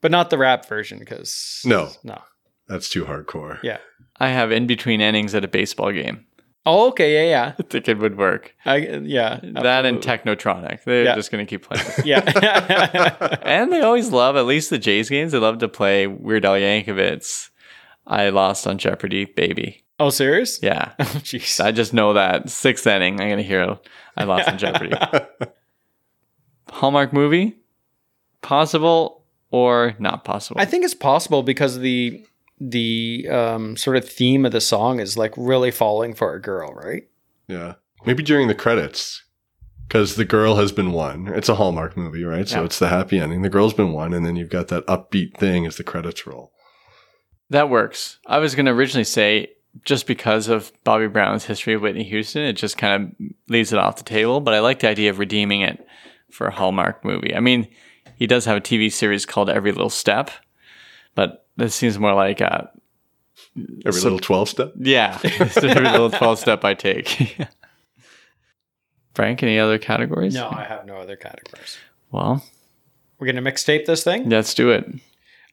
S2: But not the rap version because.
S3: No.
S2: No.
S3: That's too hardcore.
S2: Yeah.
S1: I have in between innings at a baseball game.
S2: Oh, okay. Yeah.
S1: I think it would work.
S2: Yeah. I, yeah.
S1: That and Technotronic. They're
S2: Yeah.
S1: just going to keep playing.
S2: Yeah.
S1: and they always love, at least the Jays games, they love to play Weird Al Yankovic's I Lost on Jeopardy, Baby.
S2: oh, serious?
S1: Yeah.
S2: Oh, jeez.
S1: I just know that. Sixth inning, I'm going to hear I Lost on Jeopardy. Hallmark movie? Possible or not possible?
S2: I think it's possible because the the um, sort of theme of the song is like really falling for a girl, right?
S3: Yeah. Maybe during the credits, because the girl has been won. It's a Hallmark movie, right? So
S1: Yeah.
S3: it's the happy ending. The girl's been won, and then you've got that upbeat thing as the credits roll.
S1: That works. I was going to originally say just because of Bobby Brown's history of Whitney Houston, it just kind of leaves it off the table. But I like the idea of redeeming it for a Hallmark movie. I mean, he does have a TV series called Every Little Step, but this seems more like, uh,
S3: Every little 12 step.
S1: yeah, it's every little 12 step I take. Frank, any other categories?
S2: No, I have no other categories.
S1: Well,
S2: We're gonna mixtape this thing.
S1: let's do it.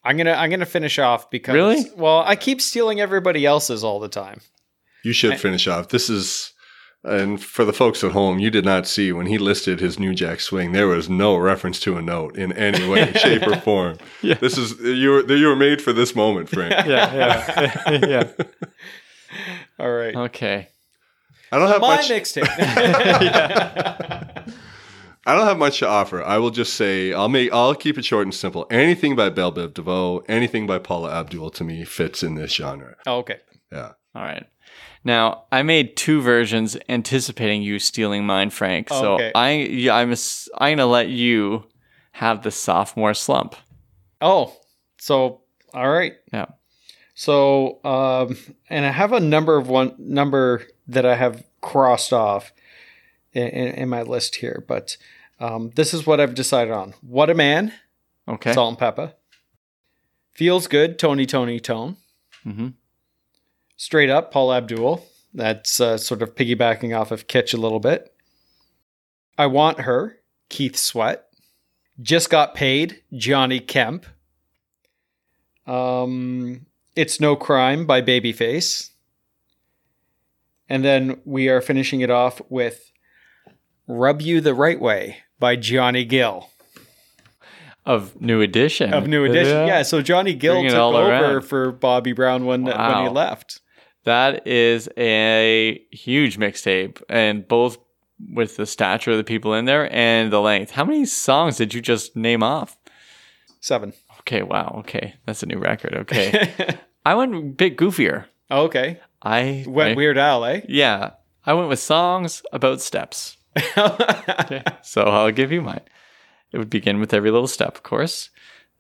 S2: I'm gonna I'm gonna finish off because
S1: Really?
S2: well I keep stealing everybody else's all the time.
S3: You should finish off. This is, and for the folks at home, you did not see when he listed his New Jack Swing, there was no reference to a note in any way, shape, or form. This is, you were, you were made for this moment, Frank.
S1: Yeah, yeah, yeah.
S2: All right,
S1: Okay.
S3: I don't have
S2: my
S3: much.
S2: mixtape.
S3: I don't have much to offer. I will just say I'll make I'll keep it short and simple. Anything by Belle Biv DeVoe, anything by Paula Abdul to me fits in this genre.
S2: oh, okay,
S3: Yeah.
S1: All right. Now I made two versions anticipating you stealing mine, Frank.
S2: Okay.
S1: So I yeah, I'm ass- I'm gonna let you have the sophomore slump.
S2: oh so all right,
S1: Yeah.
S2: So, um, and I have a number of one number that I have crossed off in, in, in my list here, but um, this is what I've decided on. What a man,
S1: Okay.
S2: salt and pepper. Feels good, Tony, Tony, Tone.
S1: Mhm.
S2: Straight up, Paul Abdul. That's uh, sort of piggybacking off of Kitch a little bit. I want her, Keith Sweat. Just got paid, Johnny Kemp. Um, it's No Crime by Babyface. And then we are finishing it off with Rub You the Right Way by Johnny Gill
S1: Of new edition.
S2: of New Edition. Yeah, so Johnny Gill
S1: Bring it
S2: took
S1: all
S2: over
S1: around.
S2: for Bobby Brown when, when he
S1: Wow.
S2: left.
S1: That is a huge mixtape, and both with the stature of the people in there and the length. How many songs did you just name off?
S2: Seven.
S1: Okay. Wow. Okay. That's a new record. Okay. I went a bit goofier.
S2: Okay.
S1: I
S2: Went
S1: I-
S2: Weird Al, eh?
S1: Yeah. I went with songs about steps.
S2: Oh,
S1: Okay, so I'll give you mine. It would begin with every little step, of course,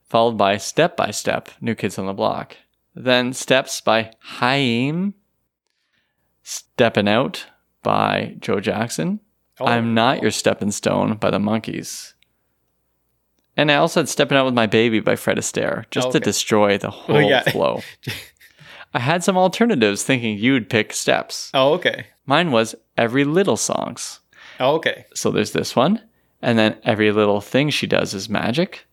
S1: followed by Step by Step, New Kids on the Block. Then Steps by Haim, Steppin' Out by Joe Jackson,
S2: Oh.
S1: I'm Not Your Steppin' Stone by the Monkees. And I also had Steppin' Out with My Baby by Fred Astaire, just to
S2: Okay. Oh,
S1: destroy the whole
S2: yeah.
S1: flow. I had some alternatives thinking you'd pick steps.
S2: Oh, okay.
S1: Mine was Every Little Songs.
S2: Oh, okay.
S1: So there's this one. And then every little thing she does is magic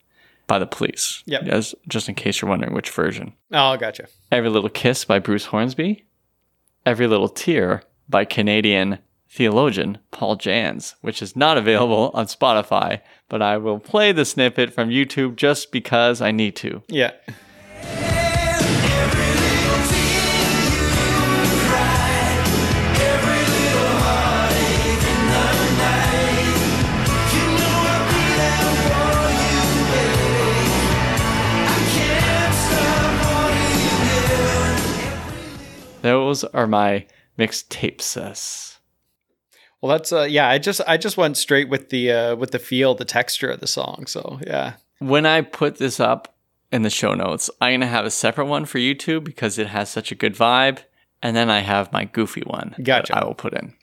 S1: by the police.
S2: Yep.
S1: Yes, just in case you're wondering which version.
S2: Oh, gotcha.
S1: Every Little Kiss by Bruce Hornsby. Every Little Tear by Canadian theologian Paul Jans, which is not available on Spotify, but I will play the snippet from YouTube just because I need to.
S2: Yeah.
S1: Those are my mixtapes. us.
S2: Well, that's uh, yeah. I just I just went straight with the uh, with the feel, the texture of the song. So yeah.
S1: when I put this up in the show notes, I'm gonna have a separate one for YouTube because it has such a good vibe, and then I have my goofy one
S2: Gotcha.
S1: that I will put in,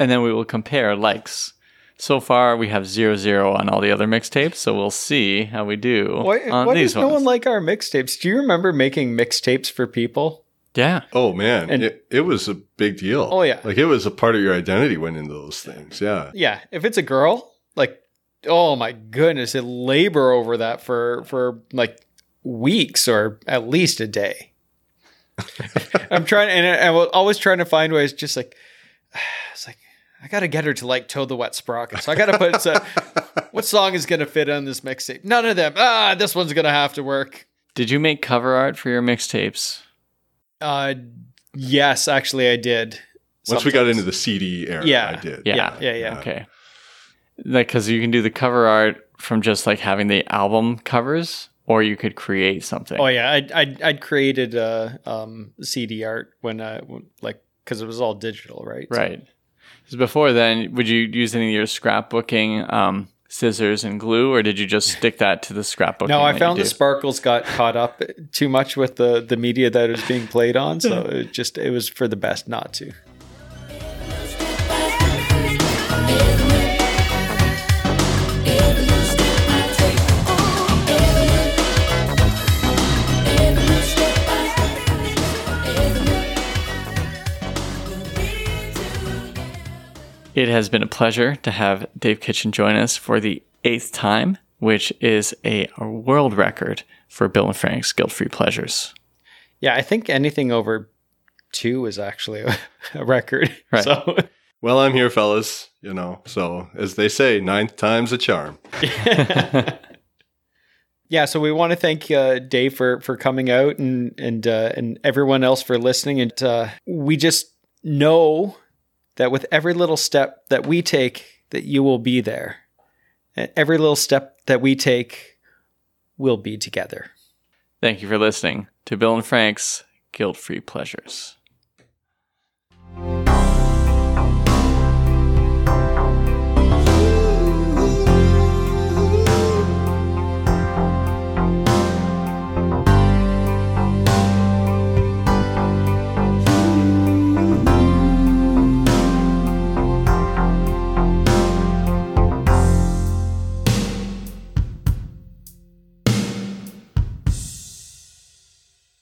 S1: and then we will compare likes. So far, we have zero zero on all the other mixtapes, so we'll see how we do
S2: Why,
S1: on
S2: why
S1: these
S2: does no
S1: ones.
S2: one like our mixtapes? Do you remember making mixtapes for people?
S1: yeah,
S3: Oh man,
S2: And-
S3: it, it was a big deal.
S2: Oh, yeah.
S3: like it was a part of your identity went into those things. Yeah,
S2: Yeah. If it's a girl, like oh my goodness, they labor over that for for like weeks or at least a day. I'm trying, and I- I'm always trying to find ways. Just like it's like I gotta get her to like toe the wet sprocket. So I gotta put so, what song is gonna fit on this mixtape? None of them. Ah, this one's gonna have to work.
S1: did you make cover art for your mixtapes?
S2: Uh, yes, actually, I did.
S3: once we got
S2: Sometimes.
S3: into the CD era,
S2: Yeah.
S3: I did.
S1: Yeah.
S2: yeah, yeah, yeah.
S1: Okay, like because you can do the cover art from just like having the album covers, or you could create something.
S2: Oh yeah, I I I'd created uh um CD art when I when- like because it was all digital, right? So-
S1: Right. Because before then, would you use any of your scrapbooking um, scissors and glue, or did you just stick that to the scrapbooking?
S2: No,
S1: that
S2: I
S1: you
S2: found the
S1: do?
S2: sparkles got caught up too much with the the media that was being played on, so it just it was for the best not to.
S1: It has been a pleasure to have Dave Kitchen join us for the eighth time, which is a world record for Bill and Frank's guilt free pleasures.
S2: Yeah, I think anything over two is actually a record.
S1: Right.
S2: So
S3: Well, I'm here, fellas. You know, so as they say, ninth time's a charm.
S2: yeah, so we want to thank uh, Dave for for coming out and and uh, and everyone else for listening. And uh, we just know that with every little step that we take, that you will be there. And every little step that we take, will be together.
S1: Thank you for listening to Bill and Frank's guilt free pleasures.